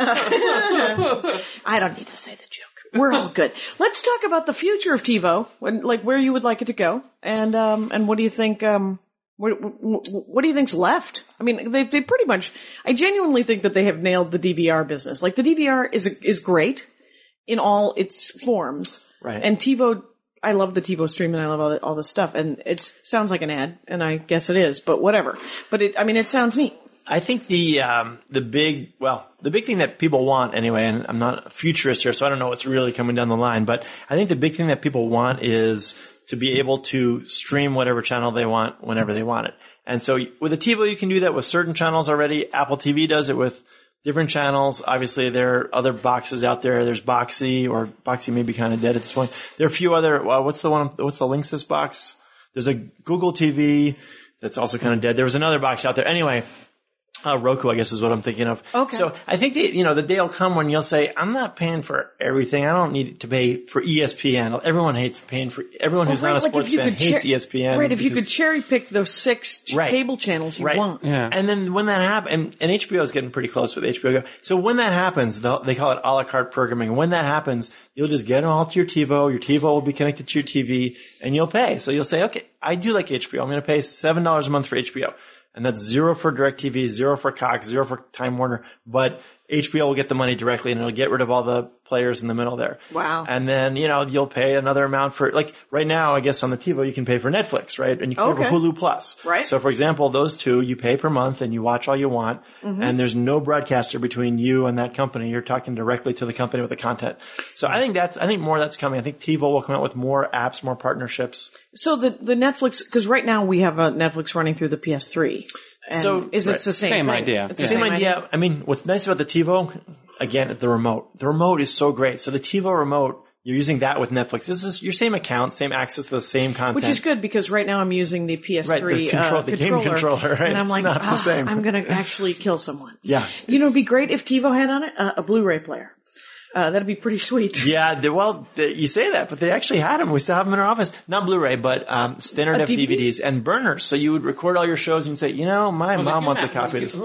C: I don't need to say the joke. We're all good. Let's talk about the future of TiVo, when, like where you would like it to go, and um, and what do you think? Um, what, what what do you think's left? I mean, they they pretty much. I genuinely think that they have nailed the DVR business. Like the DVR is is great in all its forms,
E: Right.
C: And TiVo, I love the TiVo stream, and I love all the, all this stuff, and it sounds like an ad, and I guess it is, but whatever. But it, I mean, it sounds neat.
E: I think the um, the big well the big thing that people want anyway, and I'm not a futurist here, so I don't know what's really coming down the line, but I think the big thing that people want is to be able to stream whatever channel they want whenever they want it. And so with a TiVo, you can do that with certain channels already. Apple TV does it with different channels. Obviously, there are other boxes out there. There's Boxy, or Boxy may be kind of dead at this point. There are a few other. Well, what's the one? What's the Linksys box? There's a Google TV that's also kind of dead. There was another box out there. Anyway Uh, Roku, I guess, is what I'm thinking of.
C: Okay.
E: So I think that, you know the day will come when you'll say, "I'm not paying for everything. I don't need to pay for E ESPN." Everyone hates paying for everyone who's
C: Oh, Right,
E: not a
C: like
E: sports
C: if you
E: fan
C: could cher-
E: hates E ESPN.
C: Right, if you
E: because-
C: could cherry pick those six ch-
E: Right.
C: cable channels you want.
D: Yeah.
E: And then when that happens, and, and HBO is getting pretty close with HBO Go. So when that happens, they'll- they call it a la carte programming. When that happens, you'll just get it all to your TiVo. Your TiVo will be connected to your TV and you'll pay. So you'll say, okay, I do like HBO. I'm going to pay $7 a month for HBO. And that's zero for DirecTV, zero for Cox, zero for Time Warner. But HBO will get the money directly and it'll get rid of all the players in the middle there.
C: Wow.
E: And then, you know, you'll pay another amount for, like right now, I guess on the TiVo, you can pay for Netflix, right? And you can pay
C: Okay.
E: for Hulu Plus.
C: Right.
E: So for example, those two you pay per month and you watch all you want, and there's no broadcaster between you and that company. You're talking directly to the company with the content. So I think that's I think more of that's coming. I think TiVo will come out with more apps, more partnerships.
C: So the the Netflix because right now we have a Netflix running through the PS3. And
E: So-
C: is it the same
D: Same
C: thing?
D: idea.
C: It's
D: Yeah.
C: the
E: Same idea. I mean, what's nice about the TiVo again, the remote. The remote is so great. So the TiVo remote, you're using that with Netflix. This is your same account, same access to the same content.
C: Which is good because right now I'm using the PS3
E: Right, the control-
C: uh,
E: the game
C: controller,
E: controller, right?
C: and I'm
E: It's
C: like,
E: not the
C: "Ah,
E: same."
C: I'm going to actually kill someone.
E: Yeah.
C: you know, it'd be great if TiVo had on it uh, a Blu-ray player. Uh, that'd be pretty sweet.
E: Yeah, they, well, they, you say that, but they actually had them. We still have them in our office. Not Blu-ray, but um, standard
C: A
E: F
C: DVD?
E: DVDs and burners. So you would record all your shows and you'd say, you know, my mom wants a copy of this.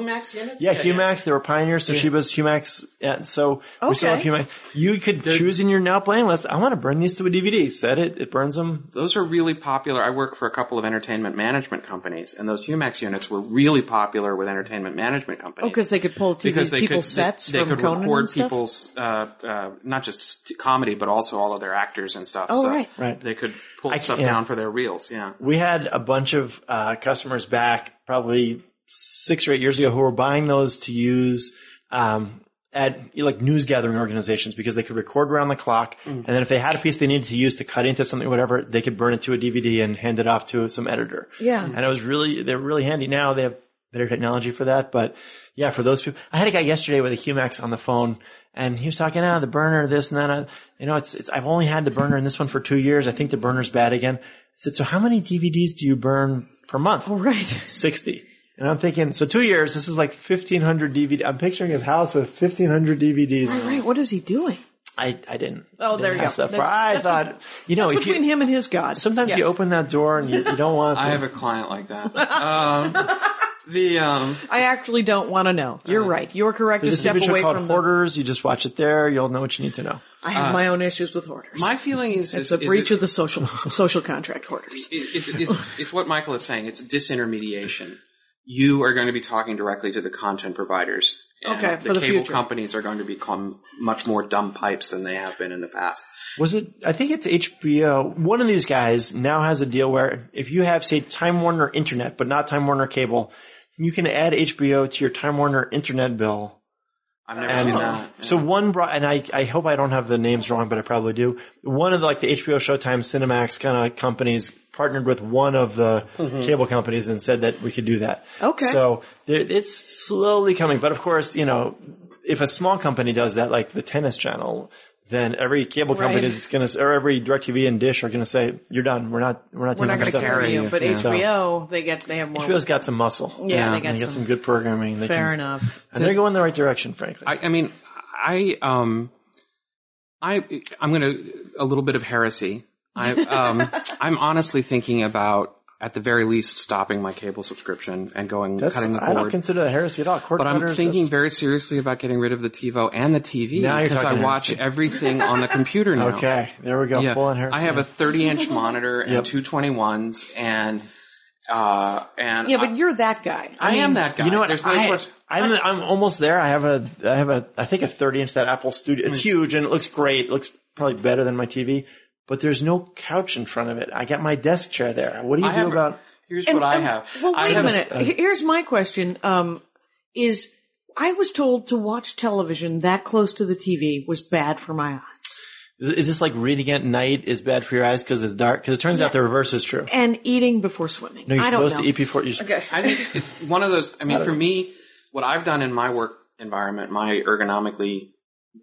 E: Yeah, Humax. They were pioneers. Toshiba's Humax. Yeah, so we still have
C: Okay.
E: Humax. You could choose in your now playing list. I want to burn these to a DVD. Set it. It burns them.
D: Those are really popular. I work for a couple of entertainment management companies, and those Humax units were really popular with entertainment management companies.
C: because they could pull TV,
D: because they
C: people's
D: could,
C: sets
D: they, they
C: from
D: could
C: Conan
D: record
C: and stuff.
D: people's uh, uh, not just st- comedy, but also all of their actors and stuff.
C: Oh,
D: so
C: right.
E: Right.
D: They could pull
E: I-
D: stuff
E: yeah.
D: down for their reels. Yeah.
E: we had a bunch of uh, customers back probably six or eight years ago who were buying those to use um, at you know, like news gathering organizations because they could record around the clock, and then if they had a piece they needed to use to cut into something, whatever, they could burn it to a DVD and hand it off to some editor.
C: Yeah.
E: and it was really they're really handy. Now they have better technology for that, but yeah, for those people, I had a guy yesterday with a Humax on the phone. And he was talking, ah, the burner, this and that. uh, You know, it's, it's, I've only had the burner in this one for two years. I think the burner's bad again. I said, so how many DVDs do you burn per month?
C: Right.
E: 60. And I'm thinking, so two years, this is like 1500 DVD. I'm picturing his house with 1500 DVDs.
C: Right, right. What is he doing?
E: I, I didn't.
C: Oh,
E: I didn't
C: there you
E: have
C: go.
E: Stuff for,
C: That's-
E: I
C: that's
E: thought, you know, if
C: Between
E: you,
C: him and his God.
E: sometimes you
C: Yes.
E: open that door and you, you don't want to.
D: I have a client like that. um, the um,
C: I actually don't want to know. You're right. You're correct to
E: There's a
C: step
E: TV show
C: away
E: called
C: from the-
E: Hoarders. You just watch it there. You'll know what you need to know.
C: I have my own issues with hoarders.
D: Uh, my feeling is
C: it's
D: is-
C: a
D: is
C: breach
D: it-
C: of the social social contract hoarders.
D: it's, it's, it's, it's what Michael is saying. It's disintermediation. You are going to be talking directly to the content providers. And
C: Okay,
D: the
C: for the
D: cable
C: future.
D: companies are going to become much more dumb pipes than they have been in the past.
E: Was it? I think it's HBO. One of these guys now has a deal where if you have, say, Time Warner Internet, but not Time Warner Cable, you can add HBO to your Time Warner Internet bill.
D: I've never
E: And
D: seen that.
E: so one brought, and I, I hope I don't have the names wrong, but I probably do. One of the, like the HBO, Showtime, Cinemax kind of companies partnered with one of the cable companies and said that we could do that.
C: Mm-hmm. Okay.
E: So there, it's slowly coming, but of course, you know, if a small company does that, like the tennis channel, then every cable company
C: Right.
E: is going to, or every DirecTV and Dish are going to say, "You're done. We're not. We're not
C: We're
E: doing
C: not
E: this
C: going to
E: stuff
C: carry
E: anymore."
C: you, but
E: Yeah.
C: HBO they get they have more.
E: So HBO's got some muscle.
C: yeah,
D: Yeah.
C: they got
E: They got
C: some.
E: some good programming. They
C: fair
E: can-
C: enough.
E: and they're going the right direction, frankly.
D: I, I mean, I um, I I'm gonna a little bit of heresy. I um, I'm honestly thinking about at the very least stopping my cable subscription and going
E: That's,
D: cutting the
E: I don't
D: cord.
E: consider that heresy at all. Cord
D: But I'm
E: cutters,
D: thinking
E: that's-
D: very seriously about getting rid of the TiVo and the TV
E: Now you're
D: because I
E: talking
D: watch
E: heresy.
D: everything on the computer now.
E: Okay, there we go.
D: Yeah.
E: Full on heresy.
D: I have a 30 inch monitor and
E: Yep.
D: two 21s and uh and
C: Yeah, but you're that guy.
D: I, I
C: mean,
D: am that guy.
E: You know what?
D: There's no
E: I,
D: question.
E: I'm I'm almost there. I have a I have a I think a 30 inch that Apple Studio. It's huge and it looks great. It looks probably better than my TV. But there's no couch in front of it. I got my desk chair there. What do you
D: I
E: do
D: have-
E: about?
D: Here's
C: And-
D: what I
C: and-
D: have.
C: Well, wait
D: I have
C: a minute.
E: uh,
C: Here- Here's my question: um, Is I was told to watch television that close to the TV was bad for my eyes,
E: Is, is this like reading at night is bad for your eyes because it's dark? Because it turns out the reverse is true.
C: and eating before swimming.
E: No, you're
C: I don't
E: supposed
C: know.
E: to eat before. You're,
C: Okay.
D: I think it's one of those. I mean, for me, what I've done in my work environment, my ergonomically,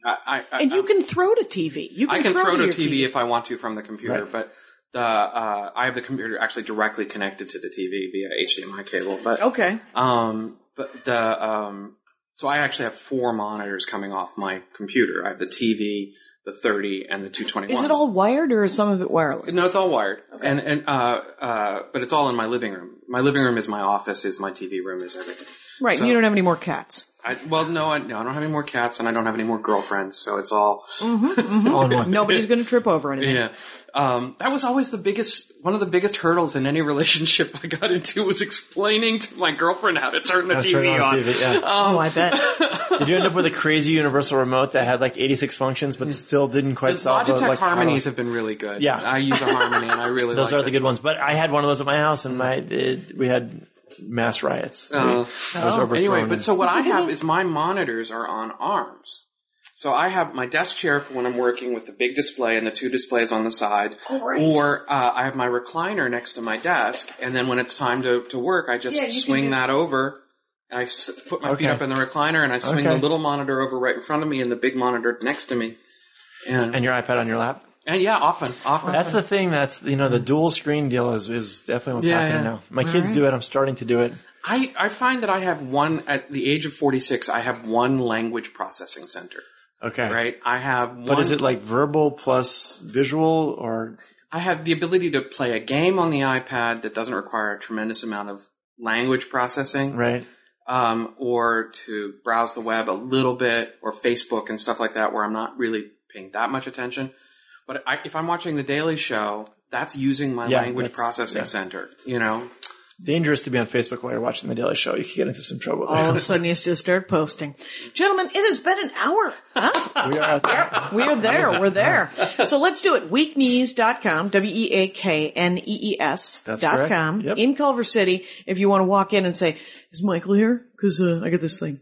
D: I, I,
C: and
D: I,
C: you can throw to TV. You can,
D: I can throw to
C: your
D: TV, if I want to from the computer, but the uh, I have the computer actually directly connected to the TV via HDMI cable. But
C: Okay.
D: um, but the um, so I actually have four monitors coming off my computer. I have the TV, the 30, and the 221.
C: Is it all wired or is some of it wireless?
D: No, it's all wired, and and uh, uh, but it's all in my living room. My living room is my office, is my TV room, is everything.
C: Right.
D: So-
C: you don't have any more cats.
D: I, well, no, I, no, I don't have any more cats, and I don't have any more girlfriends, so it's all
E: All in one.
C: Nobody's going to trip over anything.
D: yeah. Um, that was always the biggest, one of the biggest hurdles in any relationship I got into was explaining to my girlfriend how to turn the
E: I'll
D: TV
E: turn it
D: on.
E: on TV, yeah.
C: Oh, I bet.
E: Did you end up with a crazy universal remote that had like 86 functions, but still didn't quite solve the
D: Logitech
E: like,
D: harmonies
E: how
D: have been really good.
E: Yeah.
D: I use a harmony, and I really
E: to- Those
D: like
E: are the good ones. But I had one of those at my house, and my it, we had mass riots.
D: Uh,
E: I was overthrown.
D: Anyway, but so what I have is my monitors are on arms. So I have my desk chair for when I'm working with the big display and the two displays on the side.
C: Oh,
D: Or uh, I have my recliner next to my desk, and then when it's time to, to work, I just
C: Yeah, you can do-
D: swing that over. I s- put my feet
E: Okay.
D: up in the recliner and I swing the
E: Okay.
D: little monitor over right in front of me and the big monitor next to me. And, and,
E: and your iPad on your lap.
D: yeah, often, often.
E: That's the thing. That's you know the dual screen deal is, is definitely what's
D: Yeah,
E: happening
D: yeah.
E: now. My kids do it. I'm starting to do it.
D: I, I find that I have one, at the age of 46, I have one language processing center,
E: Okay,
D: right? I have one.
E: But is it like verbal plus visual or
D: I have the ability to play a game on the iPad that doesn't require a tremendous amount of language processing,
E: right?
D: um, or to browse the web a little bit, or Facebook and stuff like that, where I'm not really paying that much attention. But I, if I'm watching The Daily Show, that's using my
E: Yeah,
D: language
E: that's-
D: processing
E: yeah.
D: center. You know,
E: Dangerous to be on Facebook while you're watching The Daily Show. You could get into some trouble.
C: All
E: There.
C: of a sudden, you just start posting. Gentlemen, it has been an hour.
D: Oh.
C: Huh?
E: we are out there.
C: We are there. We're there. So let's do it. Weaknees.com, W-E-A-K-N-E-E-S
E: That's
C: E dot
E: correct.
C: com
E: Yep.
C: in Culver City. If you want to walk in and say, is Michael here? Cause, uh, I got this thing.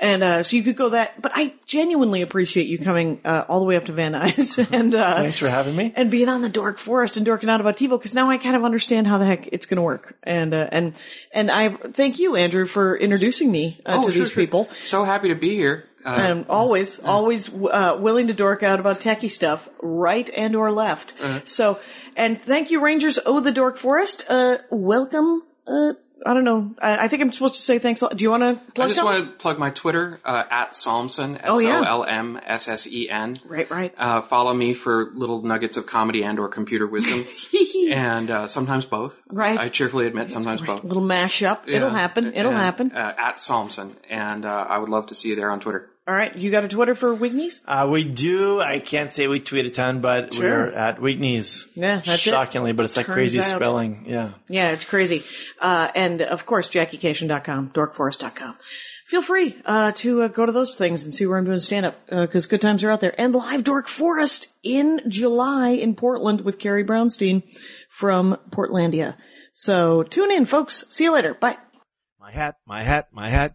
C: And, uh, so you could go that, but I genuinely appreciate you coming, uh, all the way up to Van Nuys and, uh,
E: Thanks for having me.
C: and being on the dork forest and dorking out about TiVo because now I kind of understand how the heck it's going to work. And uh, and and I thank you, Andrew, for introducing me uh,
D: Oh,
C: to
D: sure,
C: these
D: sure.
C: people.
D: so happy to be here. Uh,
C: And always, always uh, willing to dork out about techie stuff, right and or left.
D: Uh-huh.
C: So, and thank you, Rangers. Oh, the dork forest. Uh, welcome. Uh, I don't know. I, I think I'm supposed to say thanks. a lot. Do you want to plug
D: I just
C: something?
D: want to plug my Twitter uh, at Solmsen, S O
C: yeah.
D: L M S S E N.
C: Right, right.
D: Uh, follow me for little nuggets of comedy and or computer wisdom, and uh, sometimes both.
C: Right.
D: I cheerfully admit sometimes both.
C: A little mashup.
D: Yeah.
C: It'll happen. It'll
D: And,
C: happen.
D: Uh, at Solmsen, and uh, I would love to see you there on Twitter.
C: All right. You got a Twitter for Wigneys?
E: Uh, we do. I can't say we tweet a ton, but
C: Sure.
E: we're at Weakneys.
C: Yeah, that's it.
E: shockingly, but it's like
C: Turns
E: crazy
C: out.
E: spelling. Yeah.
C: Yeah, it's crazy. Uh, and of course, JackieCation.com, DorkForest.com. Feel free, uh, to uh, go to those things and see where I'm doing stand up, uh 'cause cause good times are out there. And live Dork Forest in July in Portland with Carrie Brownstein from Portlandia. So tune in, folks. See you later. Bye.
F: My hat, my hat, my hat.